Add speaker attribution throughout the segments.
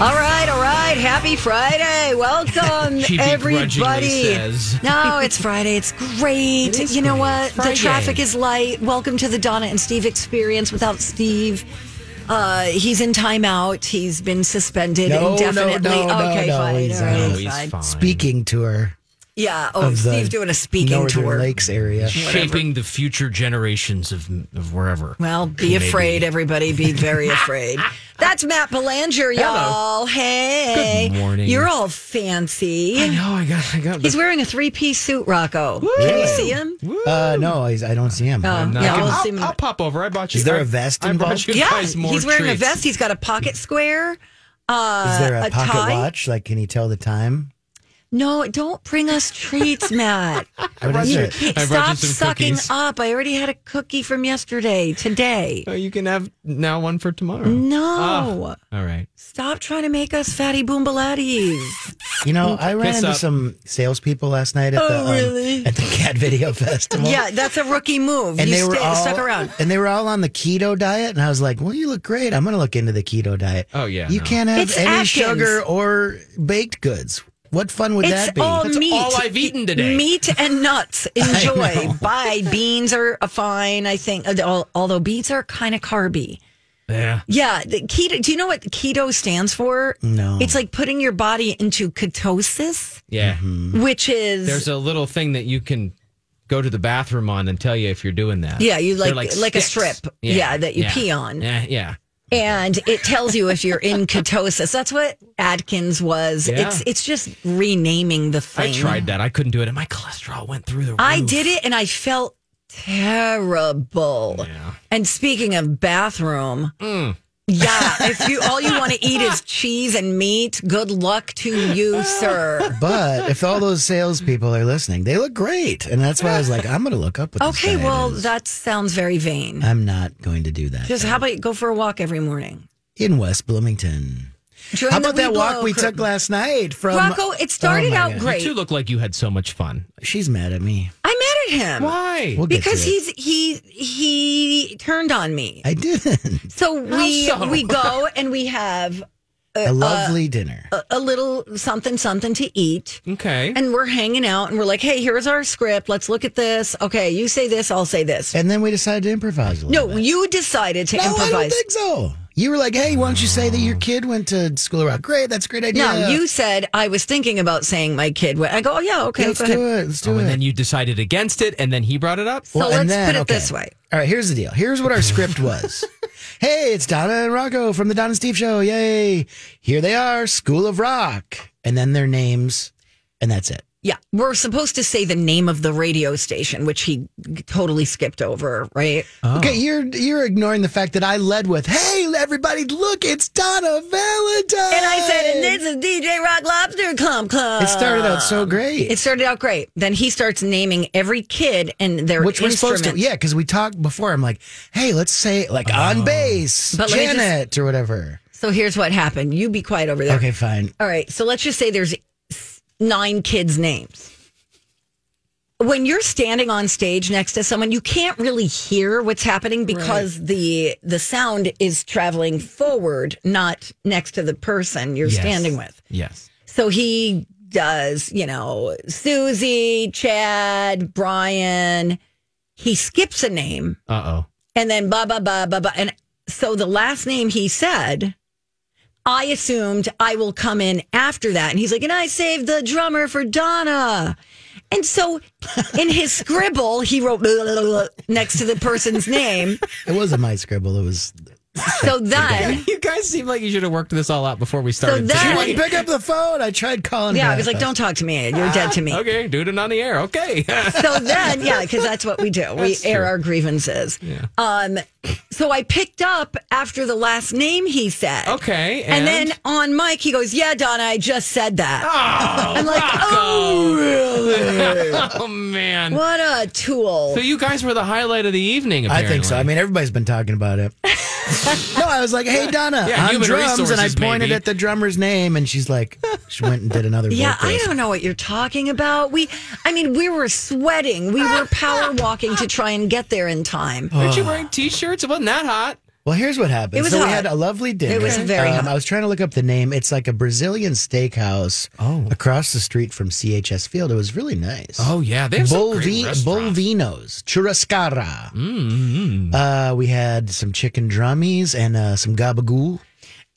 Speaker 1: All right, all right. Happy Friday. Welcome,
Speaker 2: She begrudgingly
Speaker 1: everybody.
Speaker 2: says.
Speaker 1: No, it's Friday. It's great.
Speaker 2: It is
Speaker 1: you know
Speaker 2: great.
Speaker 1: what?
Speaker 2: Friday.
Speaker 1: The traffic is light. Welcome to the Donna and Steve experience without Steve. Uh, he's in timeout. He's been suspended
Speaker 3: No, no,
Speaker 1: indefinitely.
Speaker 3: no, no,
Speaker 1: okay,
Speaker 3: no,
Speaker 1: fine.
Speaker 3: he's
Speaker 1: all right,
Speaker 3: not.
Speaker 2: No,
Speaker 1: he's
Speaker 2: he's
Speaker 1: fine.
Speaker 2: fine.
Speaker 3: Speaking tour
Speaker 1: Yeah. Oh,
Speaker 3: of
Speaker 1: Steve
Speaker 3: the
Speaker 1: doing a speaking
Speaker 3: Northern
Speaker 1: tour.
Speaker 3: Lakes area.
Speaker 2: Shaping the future generations of, of wherever.
Speaker 1: Well, be
Speaker 2: Maybe.
Speaker 1: afraid, everybody. Be very afraid. That's Matt Belanger, y'all. Hey.
Speaker 2: Good morning.
Speaker 1: You're all fancy.
Speaker 2: I know. Oh, I got. I got.
Speaker 1: He's wearing a three-piece suit, Rocco. Can you see him?
Speaker 3: Uh, no, I, I don't see him.
Speaker 1: Um,
Speaker 2: No,
Speaker 1: yeah,
Speaker 2: I can-
Speaker 1: we'll
Speaker 2: I'll,
Speaker 1: see him.
Speaker 2: I'll pop over. I bought you.
Speaker 3: Is there a
Speaker 2: I-
Speaker 3: vest
Speaker 2: I brought
Speaker 3: involved?
Speaker 2: you
Speaker 1: yeah,
Speaker 2: guys more
Speaker 1: he's wearing
Speaker 2: treats.
Speaker 1: a vest. He's got a pocket square. Uh,
Speaker 3: Is there a,
Speaker 1: a
Speaker 3: pocket
Speaker 1: tie?
Speaker 3: watch? Like, can you tell the time?
Speaker 1: No, don't bring us treats, Matt.
Speaker 3: What is
Speaker 1: You
Speaker 3: it?
Speaker 1: can't-
Speaker 2: I brought you
Speaker 1: Stop
Speaker 2: some
Speaker 1: sucking
Speaker 2: cookies.
Speaker 1: up. I already had a cookie from yesterday. Today.
Speaker 2: Oh, you can have now one for tomorrow. Ah,
Speaker 1: No.
Speaker 2: All right.
Speaker 1: Stop trying to make us fatty boombalatis.
Speaker 3: You know, I ran
Speaker 2: Piss
Speaker 3: into
Speaker 2: up.
Speaker 3: some salespeople last night at the um,
Speaker 1: Oh, really?
Speaker 3: at the Cat Video Festival.
Speaker 1: yeah, that's a rookie move.
Speaker 3: And
Speaker 1: you
Speaker 3: they were
Speaker 1: stay-
Speaker 3: all
Speaker 1: stuck around.
Speaker 3: and they were all on the keto diet, and I was like, "Well, you look great. I'm going to look into the keto diet."
Speaker 2: Oh, yeah,
Speaker 3: you
Speaker 2: no.
Speaker 3: can't have
Speaker 1: It's
Speaker 3: any
Speaker 1: Atkins.
Speaker 3: sugar or baked goods. What fun would
Speaker 1: It's
Speaker 3: that be?
Speaker 1: all
Speaker 2: That's
Speaker 1: meat.
Speaker 2: all I've eaten today.
Speaker 1: Meat and nuts. Enjoy. Bye. Beans are uh, fine, I think. Uh, al- Although beans are kind of carby.
Speaker 2: Yeah.
Speaker 1: Yeah, the keto. Do you know what keto stands for?
Speaker 3: No.
Speaker 1: It's like putting your body into ketosis,
Speaker 2: Yeah.
Speaker 3: Mm-hmm.
Speaker 1: which is
Speaker 2: There's a little thing that you can go to the bathroom on and tell you if you're doing that.
Speaker 1: yeah, you
Speaker 2: They're
Speaker 1: like like, a
Speaker 2: sticks.
Speaker 1: strip, yeah, that you pee on,
Speaker 2: Yeah. Yeah.
Speaker 1: and it tells you if you're in ketosis. That's what Atkins was.
Speaker 2: Yeah.
Speaker 1: It's it's just renaming the thing.
Speaker 2: I tried that. I couldn't do it, and my cholesterol went through the roof.
Speaker 1: I did it, and I felt terrible. And speaking of bathroom.
Speaker 3: Mm.
Speaker 1: Yeah, if you all you want to eat is cheese and meat, good luck to you, sir.
Speaker 3: But if all those salespeople are listening, they look great, and that's why I was like, "I'm going to look up what." this
Speaker 1: Okay,
Speaker 3: diet
Speaker 1: well,
Speaker 3: is.
Speaker 1: that sounds very vain.
Speaker 3: I'm not going to do that.
Speaker 1: Just how about you go for a walk every morning?
Speaker 3: in West Bloomington.
Speaker 1: Join
Speaker 3: How
Speaker 1: the
Speaker 3: about that
Speaker 1: We
Speaker 3: walk
Speaker 1: Blow
Speaker 3: we
Speaker 1: crew.
Speaker 3: took last night from Oh
Speaker 1: Rocco, it started
Speaker 3: my
Speaker 1: out
Speaker 3: God.
Speaker 2: You
Speaker 1: great.
Speaker 2: two look like you had so much fun.
Speaker 3: She's mad at me.
Speaker 1: I'm mad at him
Speaker 2: Why?
Speaker 3: We'll get
Speaker 1: because
Speaker 3: to it.
Speaker 1: he's he he turned on me.
Speaker 3: I didn't.
Speaker 1: So we
Speaker 2: so?
Speaker 1: we go and we have Uh,
Speaker 3: a lovely dinner.
Speaker 1: a, a little something something to eat.
Speaker 2: okay.
Speaker 1: And we're hanging out and we're like, hey, here's our script. Let's look at this. Okay, you say this, I'll say this.
Speaker 3: and then we decided to improvise a little
Speaker 1: No,
Speaker 3: bit.
Speaker 1: you decided to
Speaker 3: no, I don't
Speaker 1: improvise.
Speaker 3: think so. You were like, hey, why don't you say that your kid went to school around? Great, that's a great idea.
Speaker 1: No, you said I was thinking about saying my kid. went." I go, oh yeah, okay,
Speaker 3: Yeah, let's
Speaker 1: go
Speaker 3: do
Speaker 1: ahead.
Speaker 3: it. Let's do
Speaker 2: Oh,
Speaker 3: it.
Speaker 2: and then you decided against it, and then he brought it up.
Speaker 1: So
Speaker 3: and
Speaker 1: let's put it this way.
Speaker 3: All right, here's the deal. Here's what our script was. hey, it's Donna and Rocco from the Donna and Steve Show. Yay. Here they are, School of Rock. And then their names, and that's it.
Speaker 1: Yeah, we're supposed to say the name of the radio station, which he totally skipped over, right?
Speaker 2: Oh.
Speaker 3: Okay, you're you're ignoring the fact that I led with, "Hey, everybody, look, it's Donna Valentine."
Speaker 1: And I said, and this is DJ Rock Lobster Club Club.
Speaker 3: it started out so great,
Speaker 1: It started out great. Then he starts naming every kid and their
Speaker 3: which we're supposed to,
Speaker 1: instrument.
Speaker 3: yeah, because we talked before. I'm like, "Hey, let's say like
Speaker 2: Oh.
Speaker 3: on bass,
Speaker 1: But let me just-
Speaker 3: Janet or whatever."
Speaker 1: So here's what happened. You be quiet over there.
Speaker 3: Okay, fine.
Speaker 1: All right. So let's just say there's s- nine kids' names. When you're standing on stage next to someone, you can't really hear what's happening because the the sound is traveling forward, not next to the person you're
Speaker 2: Yes.
Speaker 1: standing with.
Speaker 2: Yes.
Speaker 1: So he does, you know, Susie, Chad, Brian. He skips a name
Speaker 2: Uh oh.
Speaker 1: and then blah, blah, blah, blah, blah. And so the last name he said, I assumed I will come in after that. And he's like, and I saved the drummer for Donna. And so in his scribble, he wrote blah, blah, blah, blah, next to the person's name.
Speaker 3: It wasn't my scribble. It was.
Speaker 1: So then,
Speaker 2: You guys seem like you should have worked this all out before we
Speaker 1: so
Speaker 2: started.
Speaker 3: She wouldn't
Speaker 1: then,
Speaker 3: pick up the phone. I tried calling
Speaker 1: yeah,
Speaker 3: her.
Speaker 1: I was like, don't talk to me. You're dead to me.
Speaker 2: okay, dude, it on the air. Okay.
Speaker 1: so then, yeah, because that's what we do. We air our grievances. Um, so I picked up after the last name he said.
Speaker 2: Okay,
Speaker 1: And,
Speaker 2: and?
Speaker 1: then on Mike, he goes, Yeah, Donna, I just said that. I'm like, Oh,
Speaker 2: oh man.
Speaker 1: what a tool.
Speaker 2: So you guys were the highlight of the evening.
Speaker 3: I
Speaker 2: Apparently.
Speaker 3: think so. I mean, everybody's been talking about it. no, I was like, "Hey, Donna,
Speaker 2: Yeah,
Speaker 3: on
Speaker 2: human
Speaker 3: drums," and I
Speaker 2: resources,
Speaker 3: pointed
Speaker 2: maybe.
Speaker 3: at the drummer's name, and she's like, "She went and did another."
Speaker 1: Yeah, I
Speaker 3: vocalist.
Speaker 1: don't know what you're talking about. We, I mean, we were sweating. We were power walking to try and get there in time.
Speaker 2: Aren't
Speaker 3: uh,
Speaker 2: you wearing t-shirts? It wasn't that hot.
Speaker 3: Well, here's what happened.
Speaker 1: It was
Speaker 3: so
Speaker 1: hot.
Speaker 3: we had a lovely dinner. Um,
Speaker 1: It was very hot.
Speaker 3: I was trying to look up the name. It's like a Brazilian steakhouse
Speaker 2: Oh.
Speaker 3: across the street from CHS Field. It was really nice.
Speaker 2: yeah, they
Speaker 3: Bolvi- Bolvinos, churrascara.
Speaker 2: Mm-hmm.
Speaker 3: Uh, we had some chicken drummies and uh, some gabagool.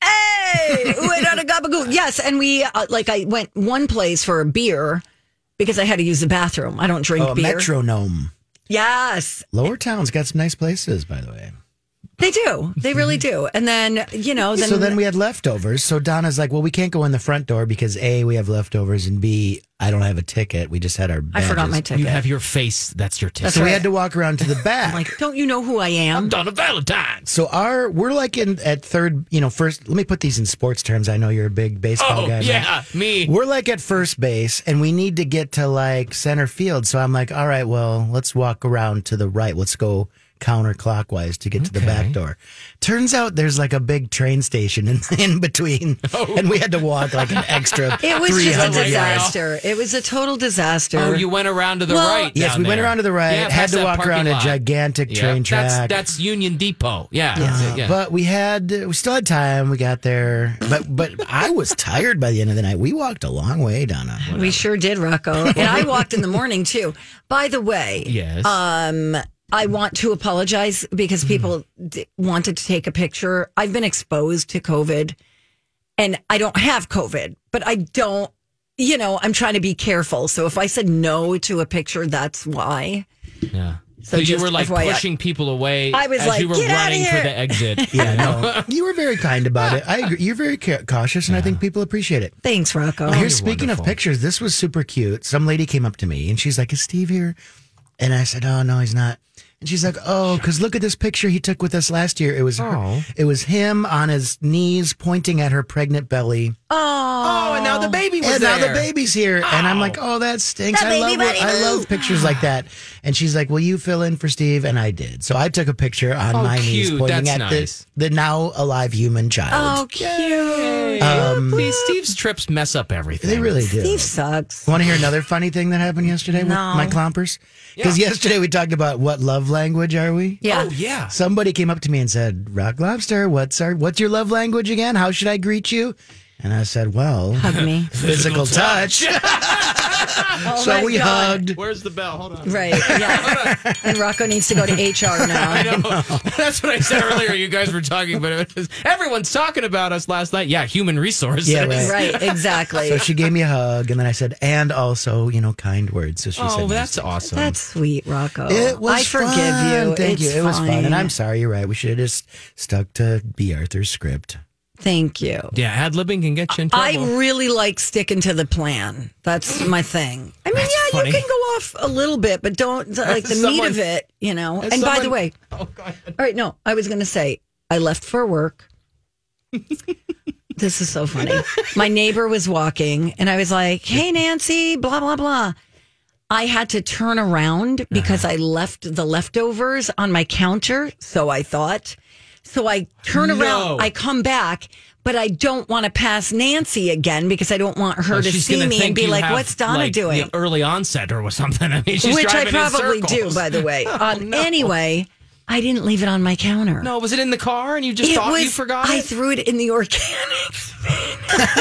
Speaker 1: hey, wait on a gabagool. Yes, and we uh, like I went one place for a beer because I had to use the bathroom. I don't drink
Speaker 3: Oh, a
Speaker 1: beer.
Speaker 3: metronome.
Speaker 1: Yes,
Speaker 3: Lower Town's got some nice places, by the way.
Speaker 1: they do. They really do. And then you know, then,
Speaker 3: so then we had leftovers. So Donna's like, well, we can't go in the front door because A, we have leftovers, and B, I don't have a ticket. We just had our
Speaker 1: I
Speaker 3: badges.
Speaker 1: forgot my ticket.
Speaker 2: You have your face. That's your tip.
Speaker 3: So we had to walk around to the back.
Speaker 1: I'm like, don't you know who I am?
Speaker 2: Donna Valentine's.
Speaker 3: So our we're like in at third, you know, first. Let me put these in sports terms. I know you're a big baseball
Speaker 2: Oh
Speaker 3: guy. Matt.
Speaker 2: yeah, me.
Speaker 3: We're like at first base and we need to get to like center field. So I'm like, all right, well, let's walk around to the right. Let's go counterclockwise to get to the back door. Turns out there's like a big train station in, in between.
Speaker 2: Oh.
Speaker 3: And we had to walk like an extra
Speaker 1: It was just a
Speaker 3: 300 yards.
Speaker 1: disaster. It was a total disaster.
Speaker 2: Oh, you went around to the
Speaker 1: Well-
Speaker 2: right.
Speaker 3: Yes,
Speaker 2: down
Speaker 3: we went
Speaker 2: there.
Speaker 3: around to the right,
Speaker 2: Yeah,
Speaker 3: had
Speaker 2: past
Speaker 3: to
Speaker 2: that
Speaker 3: walk
Speaker 2: parking
Speaker 3: around a
Speaker 2: lot.
Speaker 3: gigantic
Speaker 2: Yeah,
Speaker 3: train
Speaker 2: That's,
Speaker 3: track.
Speaker 2: that's Union Depot. Yeah. that's it, yeah.
Speaker 3: But we had we still had time. We got there, but but I was tired by the end of the night. We walked a long way, Donna.
Speaker 1: we sure did, Rocco. and I walked in the morning too. By the way,
Speaker 2: yes.
Speaker 1: Um, I want to apologize because
Speaker 2: Mm-hmm.
Speaker 1: people d- wanted to take a picture. I've been exposed to COVID and I don't have COVID, but I don't, you know, I'm trying to be careful. So if I said no to a picture, that's why.
Speaker 2: yeah.
Speaker 1: so
Speaker 2: So, you
Speaker 1: just
Speaker 2: were like
Speaker 1: FYI.
Speaker 2: pushing people away
Speaker 1: I was
Speaker 2: as
Speaker 1: like,
Speaker 2: you were
Speaker 1: "Get outta
Speaker 2: running for
Speaker 1: here."
Speaker 2: the exit.
Speaker 3: Yeah, no, you were very kind about it. I agree. You're very ca- cautious, and I think people appreciate it.
Speaker 1: Thanks,
Speaker 2: Oh,
Speaker 1: Rocco.
Speaker 3: Here, speaking of pictures, this was super cute. Some lady came up to me and she's like, "Is Steve here?" And I said, "Oh no, he's not." And she's like, "Oh, because look at this picture he took with us last year. It was her,
Speaker 2: Oh.
Speaker 3: it was him on his knees pointing at her pregnant belly."
Speaker 2: Oh, and now the baby was
Speaker 3: and
Speaker 2: there.
Speaker 3: now the baby's here, and I'm like, oh, that stinks.
Speaker 1: That
Speaker 3: I love
Speaker 1: baby
Speaker 3: it.
Speaker 1: buddy
Speaker 3: I
Speaker 1: boo.
Speaker 3: love pictures like that. And she's like, will you fill in for Steve? And I did. So I took a picture on
Speaker 2: Oh,
Speaker 3: my knees,
Speaker 2: cute.
Speaker 3: pointing
Speaker 2: That's
Speaker 3: at the-
Speaker 2: nice.
Speaker 3: the, now alive human
Speaker 1: Oh,
Speaker 3: child.
Speaker 1: cute.
Speaker 2: See, Steve's trips mess up everything.
Speaker 3: they really do.
Speaker 1: Steve
Speaker 2: Oh,
Speaker 1: sucks.
Speaker 3: Want to hear another funny thing that happened yesterday with
Speaker 1: No.
Speaker 3: my clompers? Because yesterday we talked about what love language are we?
Speaker 1: Yeah.
Speaker 2: Oh yeah.
Speaker 3: Somebody came up to me and said, "Rock Lobster, what's our what's your love language again? How should I greet you?" And I said, "Well,
Speaker 1: Hug me.
Speaker 3: physical touch."
Speaker 1: Oh
Speaker 3: so we hugged.
Speaker 2: Where's the bell? Hold on.
Speaker 1: Right. Yeah. and Rocco needs to go to HR now.
Speaker 2: I know. That's what I said earlier. You guys were talking, but it was, everyone's talking about us last night. Yeah, human resources.
Speaker 3: Yeah, right.
Speaker 1: Right. Exactly.
Speaker 3: So she gave me a hug, and then I said, and also, you know, kind words. So she said,
Speaker 2: Oh,
Speaker 3: nice
Speaker 2: that's
Speaker 3: things.
Speaker 2: awesome.
Speaker 1: That's sweet, Rocco.
Speaker 3: It was
Speaker 1: I forgive
Speaker 3: fun.
Speaker 1: you.
Speaker 3: Thank
Speaker 1: It's
Speaker 3: you. It was fun,
Speaker 1: fine.
Speaker 3: and I'm sorry. You're right. We should have just stuck to B. Arthur's script.
Speaker 1: Thank you.
Speaker 2: yeah, ad libbing can get you in trouble.
Speaker 1: I really like sticking to the plan. That's my thing. I mean, yeah,
Speaker 2: funny.
Speaker 1: you can go off a little bit, but don't like the meat
Speaker 2: Someone-
Speaker 1: of it, you know. And
Speaker 2: As
Speaker 1: by the
Speaker 2: someone-
Speaker 1: way,
Speaker 2: Oh, God.
Speaker 1: all right, no, I was going to say I left for work. this is so funny. My neighbor was walking, and I was like, "Hey, Nancy," blah blah blah. I had to turn around because
Speaker 2: Uh-huh.
Speaker 1: I left the leftovers on my counter. So I thought. So I turn
Speaker 2: No.
Speaker 1: around, I come back, but I don't want to pass Nancy again because I don't want her
Speaker 2: Oh,
Speaker 1: to
Speaker 2: she's
Speaker 1: see
Speaker 2: gonna
Speaker 1: me and
Speaker 2: think
Speaker 1: be
Speaker 2: you
Speaker 1: like,
Speaker 2: have,
Speaker 1: "What's Donna
Speaker 2: like, the
Speaker 1: doing?"
Speaker 2: Early onset or something. I mean, she's
Speaker 1: Which I
Speaker 2: driving in
Speaker 1: probably do,
Speaker 2: circles.
Speaker 1: by the way. Um, Anyway, I didn't leave it on my counter.
Speaker 2: No, was it in the car and you just
Speaker 1: It
Speaker 2: thought you
Speaker 1: was-
Speaker 2: forgot?
Speaker 1: I
Speaker 2: it?
Speaker 1: threw it in the organics bin.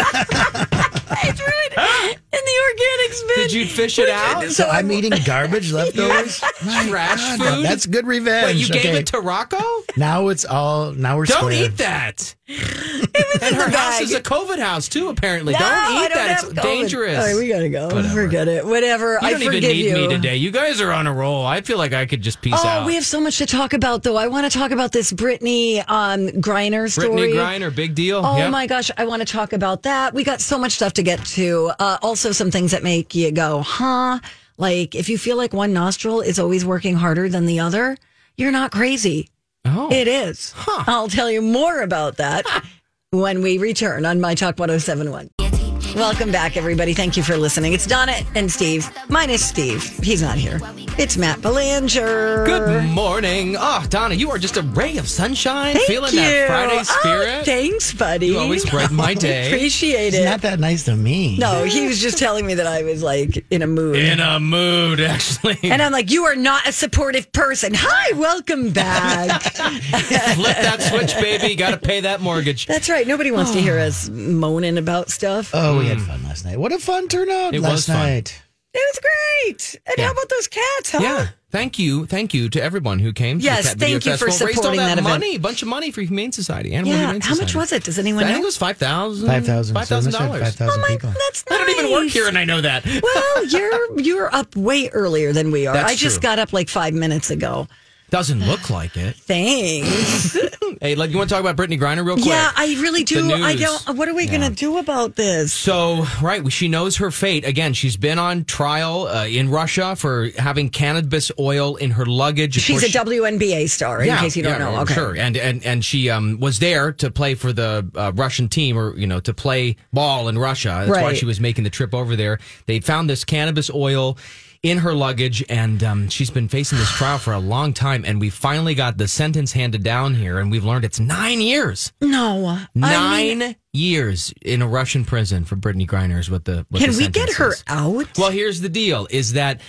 Speaker 1: I threw it in the organics bin.
Speaker 2: Did you fish it out?
Speaker 3: So I'm eating garbage leftovers. My
Speaker 2: Trash
Speaker 3: God,
Speaker 2: food?
Speaker 3: That's good revenge.
Speaker 2: Wait, you
Speaker 3: okay.
Speaker 2: gave it to Rocco?
Speaker 3: now it's all. Now we're
Speaker 2: Don't
Speaker 3: square.
Speaker 2: eat that. And her
Speaker 1: the
Speaker 2: house
Speaker 1: bag.
Speaker 2: is a COVID house too. Apparently, don't eat
Speaker 1: I don't
Speaker 2: that.
Speaker 1: have
Speaker 2: it's
Speaker 1: COVID.
Speaker 2: dangerous.
Speaker 1: All right, we gotta go.
Speaker 2: Whatever.
Speaker 1: Forget it. Whatever.
Speaker 2: You
Speaker 1: I
Speaker 2: don't even
Speaker 1: forgive
Speaker 2: need
Speaker 1: you.
Speaker 2: me today. You guys are on a roll. I feel like I could just peace
Speaker 1: Oh,
Speaker 2: out.
Speaker 1: we have so much to talk about, though. I want to talk about this Brittany um, Griner story.
Speaker 2: Brittany Griner, big deal.
Speaker 1: Oh
Speaker 2: Yep.
Speaker 1: my gosh, I want to talk about that. We got so much stuff to get to. Uh, also, some things that make you go, huh? Like, if you feel like one nostril is always working harder than the other, you're not crazy.
Speaker 2: Oh.
Speaker 1: It is. I'll tell you more about that when we return on My Talk 1071. Welcome back, everybody. Thank you for listening. It's Donna and Steve, minus Steve. He's not here. It's Matt Belanger.
Speaker 2: Good morning. Oh, Donna, you are just a ray of sunshine.
Speaker 1: Thank
Speaker 2: Feeling
Speaker 1: you.
Speaker 2: that Friday
Speaker 1: Oh,
Speaker 2: spirit.
Speaker 1: thanks, buddy.
Speaker 2: You always brighten my day.
Speaker 1: Appreciate
Speaker 3: It's
Speaker 1: it.
Speaker 3: not that nice to me.
Speaker 1: No, he was just telling me that I was like in a mood.
Speaker 2: In a mood, actually.
Speaker 1: and I'm like, you are not a supportive person. Hi, welcome back.
Speaker 2: Flip that switch, baby. Got to pay that mortgage.
Speaker 1: That's right. Nobody wants to
Speaker 2: Oh.
Speaker 1: hear us moaning about stuff.
Speaker 2: Uh,
Speaker 3: Oh, we had fun last night. What a fun turnout
Speaker 2: Hmm. It
Speaker 3: last
Speaker 2: was fun.
Speaker 3: night.
Speaker 1: It was great. And how about those cats, huh?
Speaker 2: Yeah. Thank you, thank you to everyone who came. To
Speaker 1: Yes,
Speaker 2: the Cat Video
Speaker 1: thank you for
Speaker 2: Festival. Raised all
Speaker 1: supporting that event.
Speaker 2: money, a bunch of money for Humane Society. Animal
Speaker 1: Yeah,
Speaker 2: Humane
Speaker 1: How
Speaker 2: Society.
Speaker 1: much was it? Does anyone
Speaker 2: I
Speaker 1: know? Oh,
Speaker 2: think it was five thousand.
Speaker 3: Five thousand.
Speaker 2: Hmm. Five thousand
Speaker 3: Five
Speaker 2: dollars. Oh
Speaker 3: thousand people.
Speaker 1: That's
Speaker 2: I don't even work
Speaker 1: nice.
Speaker 2: here, and I know that.
Speaker 1: well, you're you're up way earlier than we are.
Speaker 2: That's
Speaker 1: I just
Speaker 2: true.
Speaker 1: got up like five minutes ago.
Speaker 2: Doesn't look like it.
Speaker 1: Thanks.
Speaker 2: Hey, like you want to talk about Brittany Griner real quick?
Speaker 1: yeah, I really do.
Speaker 2: The
Speaker 1: I
Speaker 2: news.
Speaker 1: don't. um, What are we gonna do about this?
Speaker 2: So, right, she knows her fate. Again, she's been on trial uh, in Russia for having cannabis oil in her luggage. Of
Speaker 1: She's
Speaker 2: course,
Speaker 1: a WNBA star, in case you don't
Speaker 2: yeah,
Speaker 1: know.
Speaker 2: oh,
Speaker 1: Okay.
Speaker 2: Sure. And, and, and she um, was there to play for the uh, Russian team or, you know, to play ball in Russia. That's why
Speaker 1: Right.
Speaker 2: she was making the trip over there. They found this cannabis oil in her luggage, and um, she's been facing this trial for a long time. And we finally got the sentence handed down here, and we've learned it's nine years.
Speaker 1: No. I mean,
Speaker 2: Nine years in a Russian prison for Brittany Griner is what the what
Speaker 1: can
Speaker 2: the
Speaker 1: we get
Speaker 2: sentence
Speaker 1: her
Speaker 2: is.
Speaker 1: out?
Speaker 2: Well, here's the deal: is that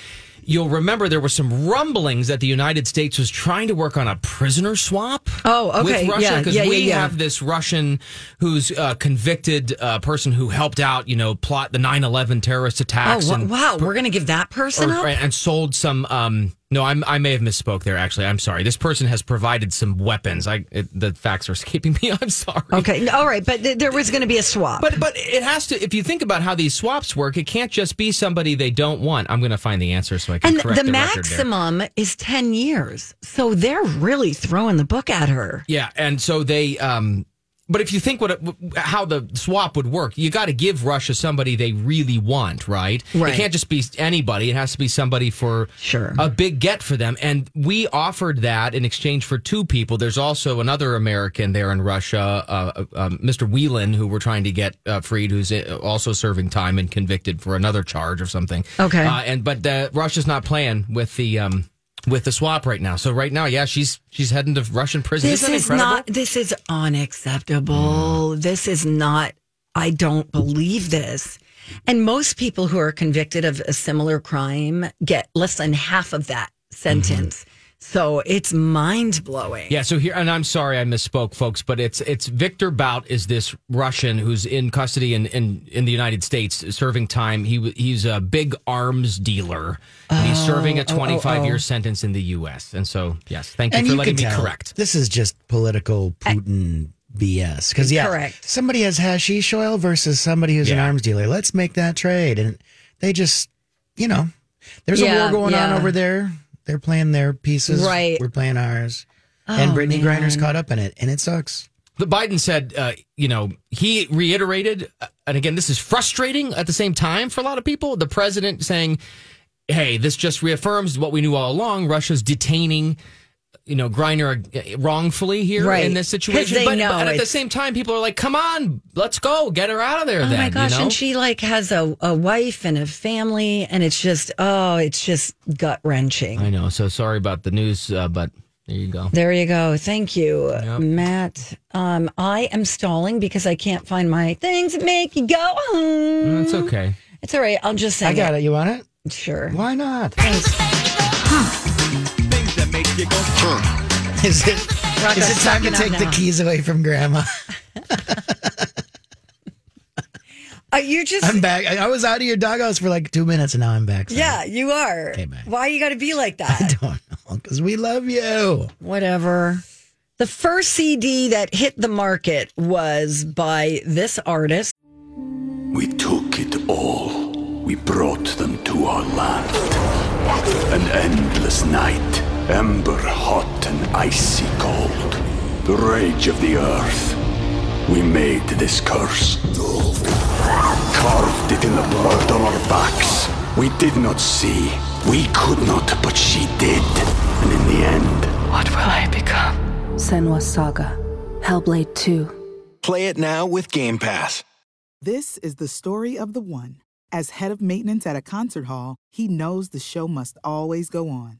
Speaker 2: you'll remember there were some rumblings that the United States was trying to work on a prisoner swap.
Speaker 1: Oh, okay.
Speaker 2: with Russia
Speaker 1: Yeah,
Speaker 2: because
Speaker 1: yeah,
Speaker 2: we
Speaker 1: yeah, yeah.
Speaker 2: have this Russian who's uh, convicted uh, person who helped out, you know, plot the 9/11 terrorist
Speaker 1: oh,
Speaker 2: attacks.
Speaker 1: wa-
Speaker 2: and,
Speaker 1: wow. We're going to give that person
Speaker 2: or-
Speaker 1: up?
Speaker 2: and sold some. Um, no, I'm, I may have misspoke there. Actually, I'm sorry. This person has provided some weapons. I it, the facts are escaping me. I'm sorry.
Speaker 1: Okay. n- All right. But th- there was going to be a swap.
Speaker 2: But but it has to. If you think about how these swaps work, it can't just be somebody they don't want. I'm going to find the answer so I can
Speaker 1: and
Speaker 2: correct
Speaker 1: the,
Speaker 2: the, record there.
Speaker 1: maximum is 10 years. So they're really throwing the book at her.
Speaker 2: Yeah, and so they. um but if you think what it, how the swap would work, you got to give Russia somebody they really want, right?
Speaker 1: Right.
Speaker 2: It can't just be anybody. It has to be somebody for
Speaker 1: Sure.
Speaker 2: a big get for them. And we offered that in exchange for two people. There's also another American there in Russia, uh, uh, Mr. Whelan, who we're trying to get uh, freed, who's uh, also serving time and convicted for another charge or something.
Speaker 1: Okay.
Speaker 2: Uh, and but uh, Russia's not playing with the. Um, with the swap right now, so right now, yeah, she's she's heading to Russian prison.
Speaker 1: This
Speaker 2: Isn't that
Speaker 1: is
Speaker 2: incredible? Mm.
Speaker 1: not, this is unacceptable. This is not, I don't believe this. And most people who are convicted of a similar crime get less than half of that sentence. So it's mind blowing.
Speaker 2: Mm-hmm. Yeah, so here, and I'm sorry I misspoke, folks, but it's it's Victor Bout is this Russian who's in custody in in, in the United States serving time. He w- he's a big arms dealer. and he's serving a 25 year sentence in the U.S. And so, yes, thank you
Speaker 3: and
Speaker 2: for
Speaker 3: you
Speaker 2: letting
Speaker 3: can
Speaker 2: me
Speaker 3: tell
Speaker 2: correct.
Speaker 3: this is just political Putin BS. Because yeah,
Speaker 1: Correct.
Speaker 3: somebody has hashish oil versus somebody who's an
Speaker 2: Yeah.
Speaker 3: arms dealer. Let's make that trade, and they just, you know, there's
Speaker 1: Yeah,
Speaker 3: a war going
Speaker 1: yeah.
Speaker 3: on over there. They're playing their pieces,
Speaker 1: Right. Oh,
Speaker 3: We're playing ours, and Brittany
Speaker 1: man.
Speaker 3: Griner's caught up in it, and it sucks.
Speaker 2: The Biden said, uh, you know, he reiterated, uh, and again, this is frustrating at the same time for a lot of people. The president saying, "Hey, this just reaffirms what we knew all along: Russia's detaining." You know, Griner uh, wrongfully here
Speaker 1: Right.
Speaker 2: in this
Speaker 1: 'Cause
Speaker 2: situation,
Speaker 1: they
Speaker 2: but,
Speaker 1: know
Speaker 2: but at the
Speaker 1: it's-
Speaker 2: same time, people are like, "Come on, let's go, get her out of there."
Speaker 1: Oh
Speaker 2: then,
Speaker 1: my gosh!
Speaker 2: you know?
Speaker 1: And she like has a, a wife and a family, and it's just oh, it's just gut wrenching.
Speaker 2: I know. So sorry about the news, uh, but there you go.
Speaker 1: There you go. Thank you, Matt. Um, I am stalling because I can't find my things that make you go home.
Speaker 2: That's okay.
Speaker 1: It's all right. I'll just sing
Speaker 3: Mm. I got it. You want it?
Speaker 1: it. Sure.
Speaker 3: Why not? Is it? Is it time to
Speaker 1: sucking up
Speaker 3: take the
Speaker 1: now.
Speaker 3: keys away from Grandma?
Speaker 1: Are you Uh, just?
Speaker 3: I'm back. I I was out of your doghouse for like two minutes, and now I'm back. so
Speaker 1: yeah, you are.
Speaker 3: man.
Speaker 1: Why you got to be like
Speaker 3: I
Speaker 1: that?
Speaker 3: don't know because we love you.
Speaker 1: Whatever. The first CD that hit the market was by this artist.
Speaker 4: We took it all. We brought them to our land. An endless night, ember hot and icy cold. The rage of the earth. We made this curse. Carved it in the blood on our backs. We did not see. We could not, but she did. And in the end,
Speaker 5: What will I become?
Speaker 6: Senwa Saga. Hellblade 2.
Speaker 7: Play it now with Game Pass.
Speaker 8: This is the story of the one. As head of maintenance at a concert hall, he knows the show must always go on.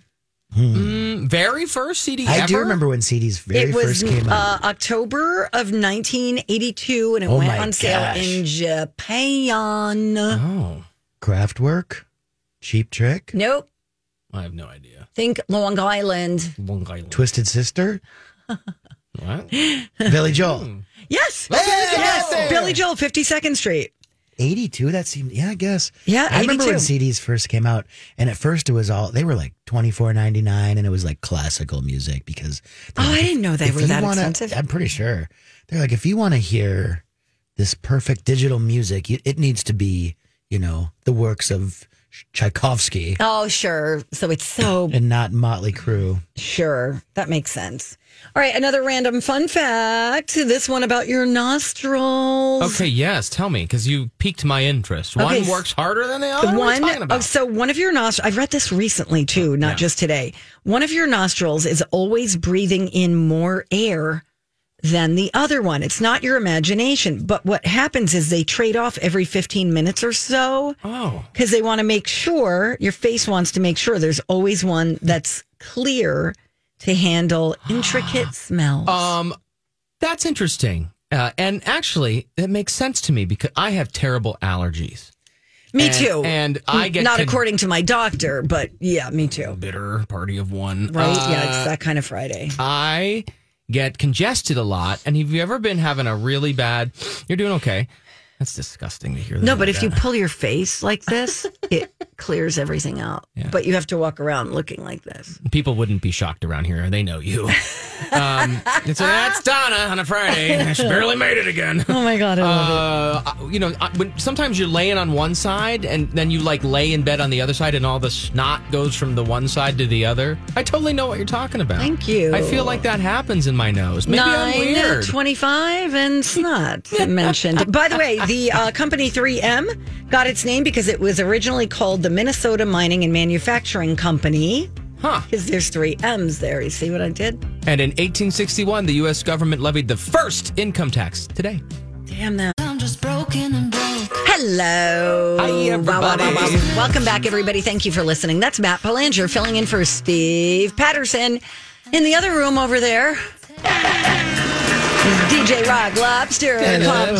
Speaker 2: Mm. Very first CD
Speaker 3: I
Speaker 2: ever?
Speaker 3: do remember when CDs very
Speaker 1: it was
Speaker 3: first came out.
Speaker 1: uh, October of 1982, and it
Speaker 3: Oh
Speaker 1: went
Speaker 3: my
Speaker 1: on sale
Speaker 3: gosh.
Speaker 1: in Japan.
Speaker 2: Oh,
Speaker 3: Kraftwerk, Cheap Trick,
Speaker 1: Nope.
Speaker 2: I have no idea.
Speaker 1: Think Long Island.
Speaker 2: Long Island.
Speaker 3: Twisted Sister,
Speaker 2: What?
Speaker 3: Billy Joel.
Speaker 1: Yes. yes. Billy Joel, 52nd Street.
Speaker 3: 82, that seemed, yeah, I guess.
Speaker 1: Yeah,
Speaker 3: I remember when
Speaker 1: 82.
Speaker 3: CDs first came out, and at first it was all, they were like twenty four ninety nine, and it was like classical music because.
Speaker 1: Oh, I didn't know they
Speaker 3: if
Speaker 1: were
Speaker 3: you
Speaker 1: that
Speaker 3: wanna-
Speaker 1: expensive.
Speaker 3: I'm pretty sure. They're like, if you want to hear this perfect digital music, you, it needs to be, you know, the works of Tchaikovsky
Speaker 1: Oh, sure. So it's so
Speaker 3: and not Motley Crue.
Speaker 1: Sure, that makes sense. All right, another random fun fact. This one about your nostrils.
Speaker 2: Okay, yes, tell me because you piqued my interest.
Speaker 1: Okay,
Speaker 2: One works harder than the other. What are you talking
Speaker 1: One,
Speaker 2: about?
Speaker 1: oh, so one of your nostrils, I've read this recently too, not just today. One of your nostrils is always breathing in more air than the other one. It's not your imagination, but what happens is they trade off every 15 minutes or so
Speaker 2: oh,
Speaker 1: because they want to make sure your face wants to make sure there's always one that's clear to handle intricate smells.
Speaker 2: um, that's interesting. Uh, and actually, that makes sense to me because I have terrible allergies.
Speaker 1: Me
Speaker 2: And-
Speaker 1: too.
Speaker 2: and I get
Speaker 1: not
Speaker 2: con-
Speaker 1: according to my doctor, but yeah, me too.
Speaker 2: Bitter party of one,
Speaker 1: Right?
Speaker 2: Uh,
Speaker 1: yeah, it's that kind of Friday.
Speaker 2: I get congested a lot. And have you ever been having a really bad? You're doing okay. That's disgusting to hear. That
Speaker 1: No, but if you pull your face like this, it clears everything out. But you have to walk around looking like this.
Speaker 2: people wouldn't be shocked around here. They know you. um, and so that's Donna on a Friday. She barely made it again.
Speaker 1: Oh my god, I
Speaker 2: Uh, I- you know, I, when, sometimes you're laying on one side and then you like lay in bed on the other side, and all the snot goes from the one side to the other. I totally know what you're talking about.
Speaker 1: Thank you.
Speaker 2: I feel like that happens in my nose. Maybe I'm weird.
Speaker 1: 25 and snot mentioned. By the way, the uh, company 3M got its name because it was originally called the Minnesota Mining and Manufacturing Company.
Speaker 2: Huh.
Speaker 1: Because there's three M's there. You see what I did?
Speaker 2: And in 1861, the U.S. government levied the first income tax today.
Speaker 1: Damn that.
Speaker 5: I'm just broken and broke.
Speaker 1: Hello.
Speaker 2: Hi, everybody.
Speaker 1: Welcome back, everybody. Thank you for listening. That's Matt Palanger filling in for Steve Patterson. In the other room over there is DJ Rock Lobster. Clomp,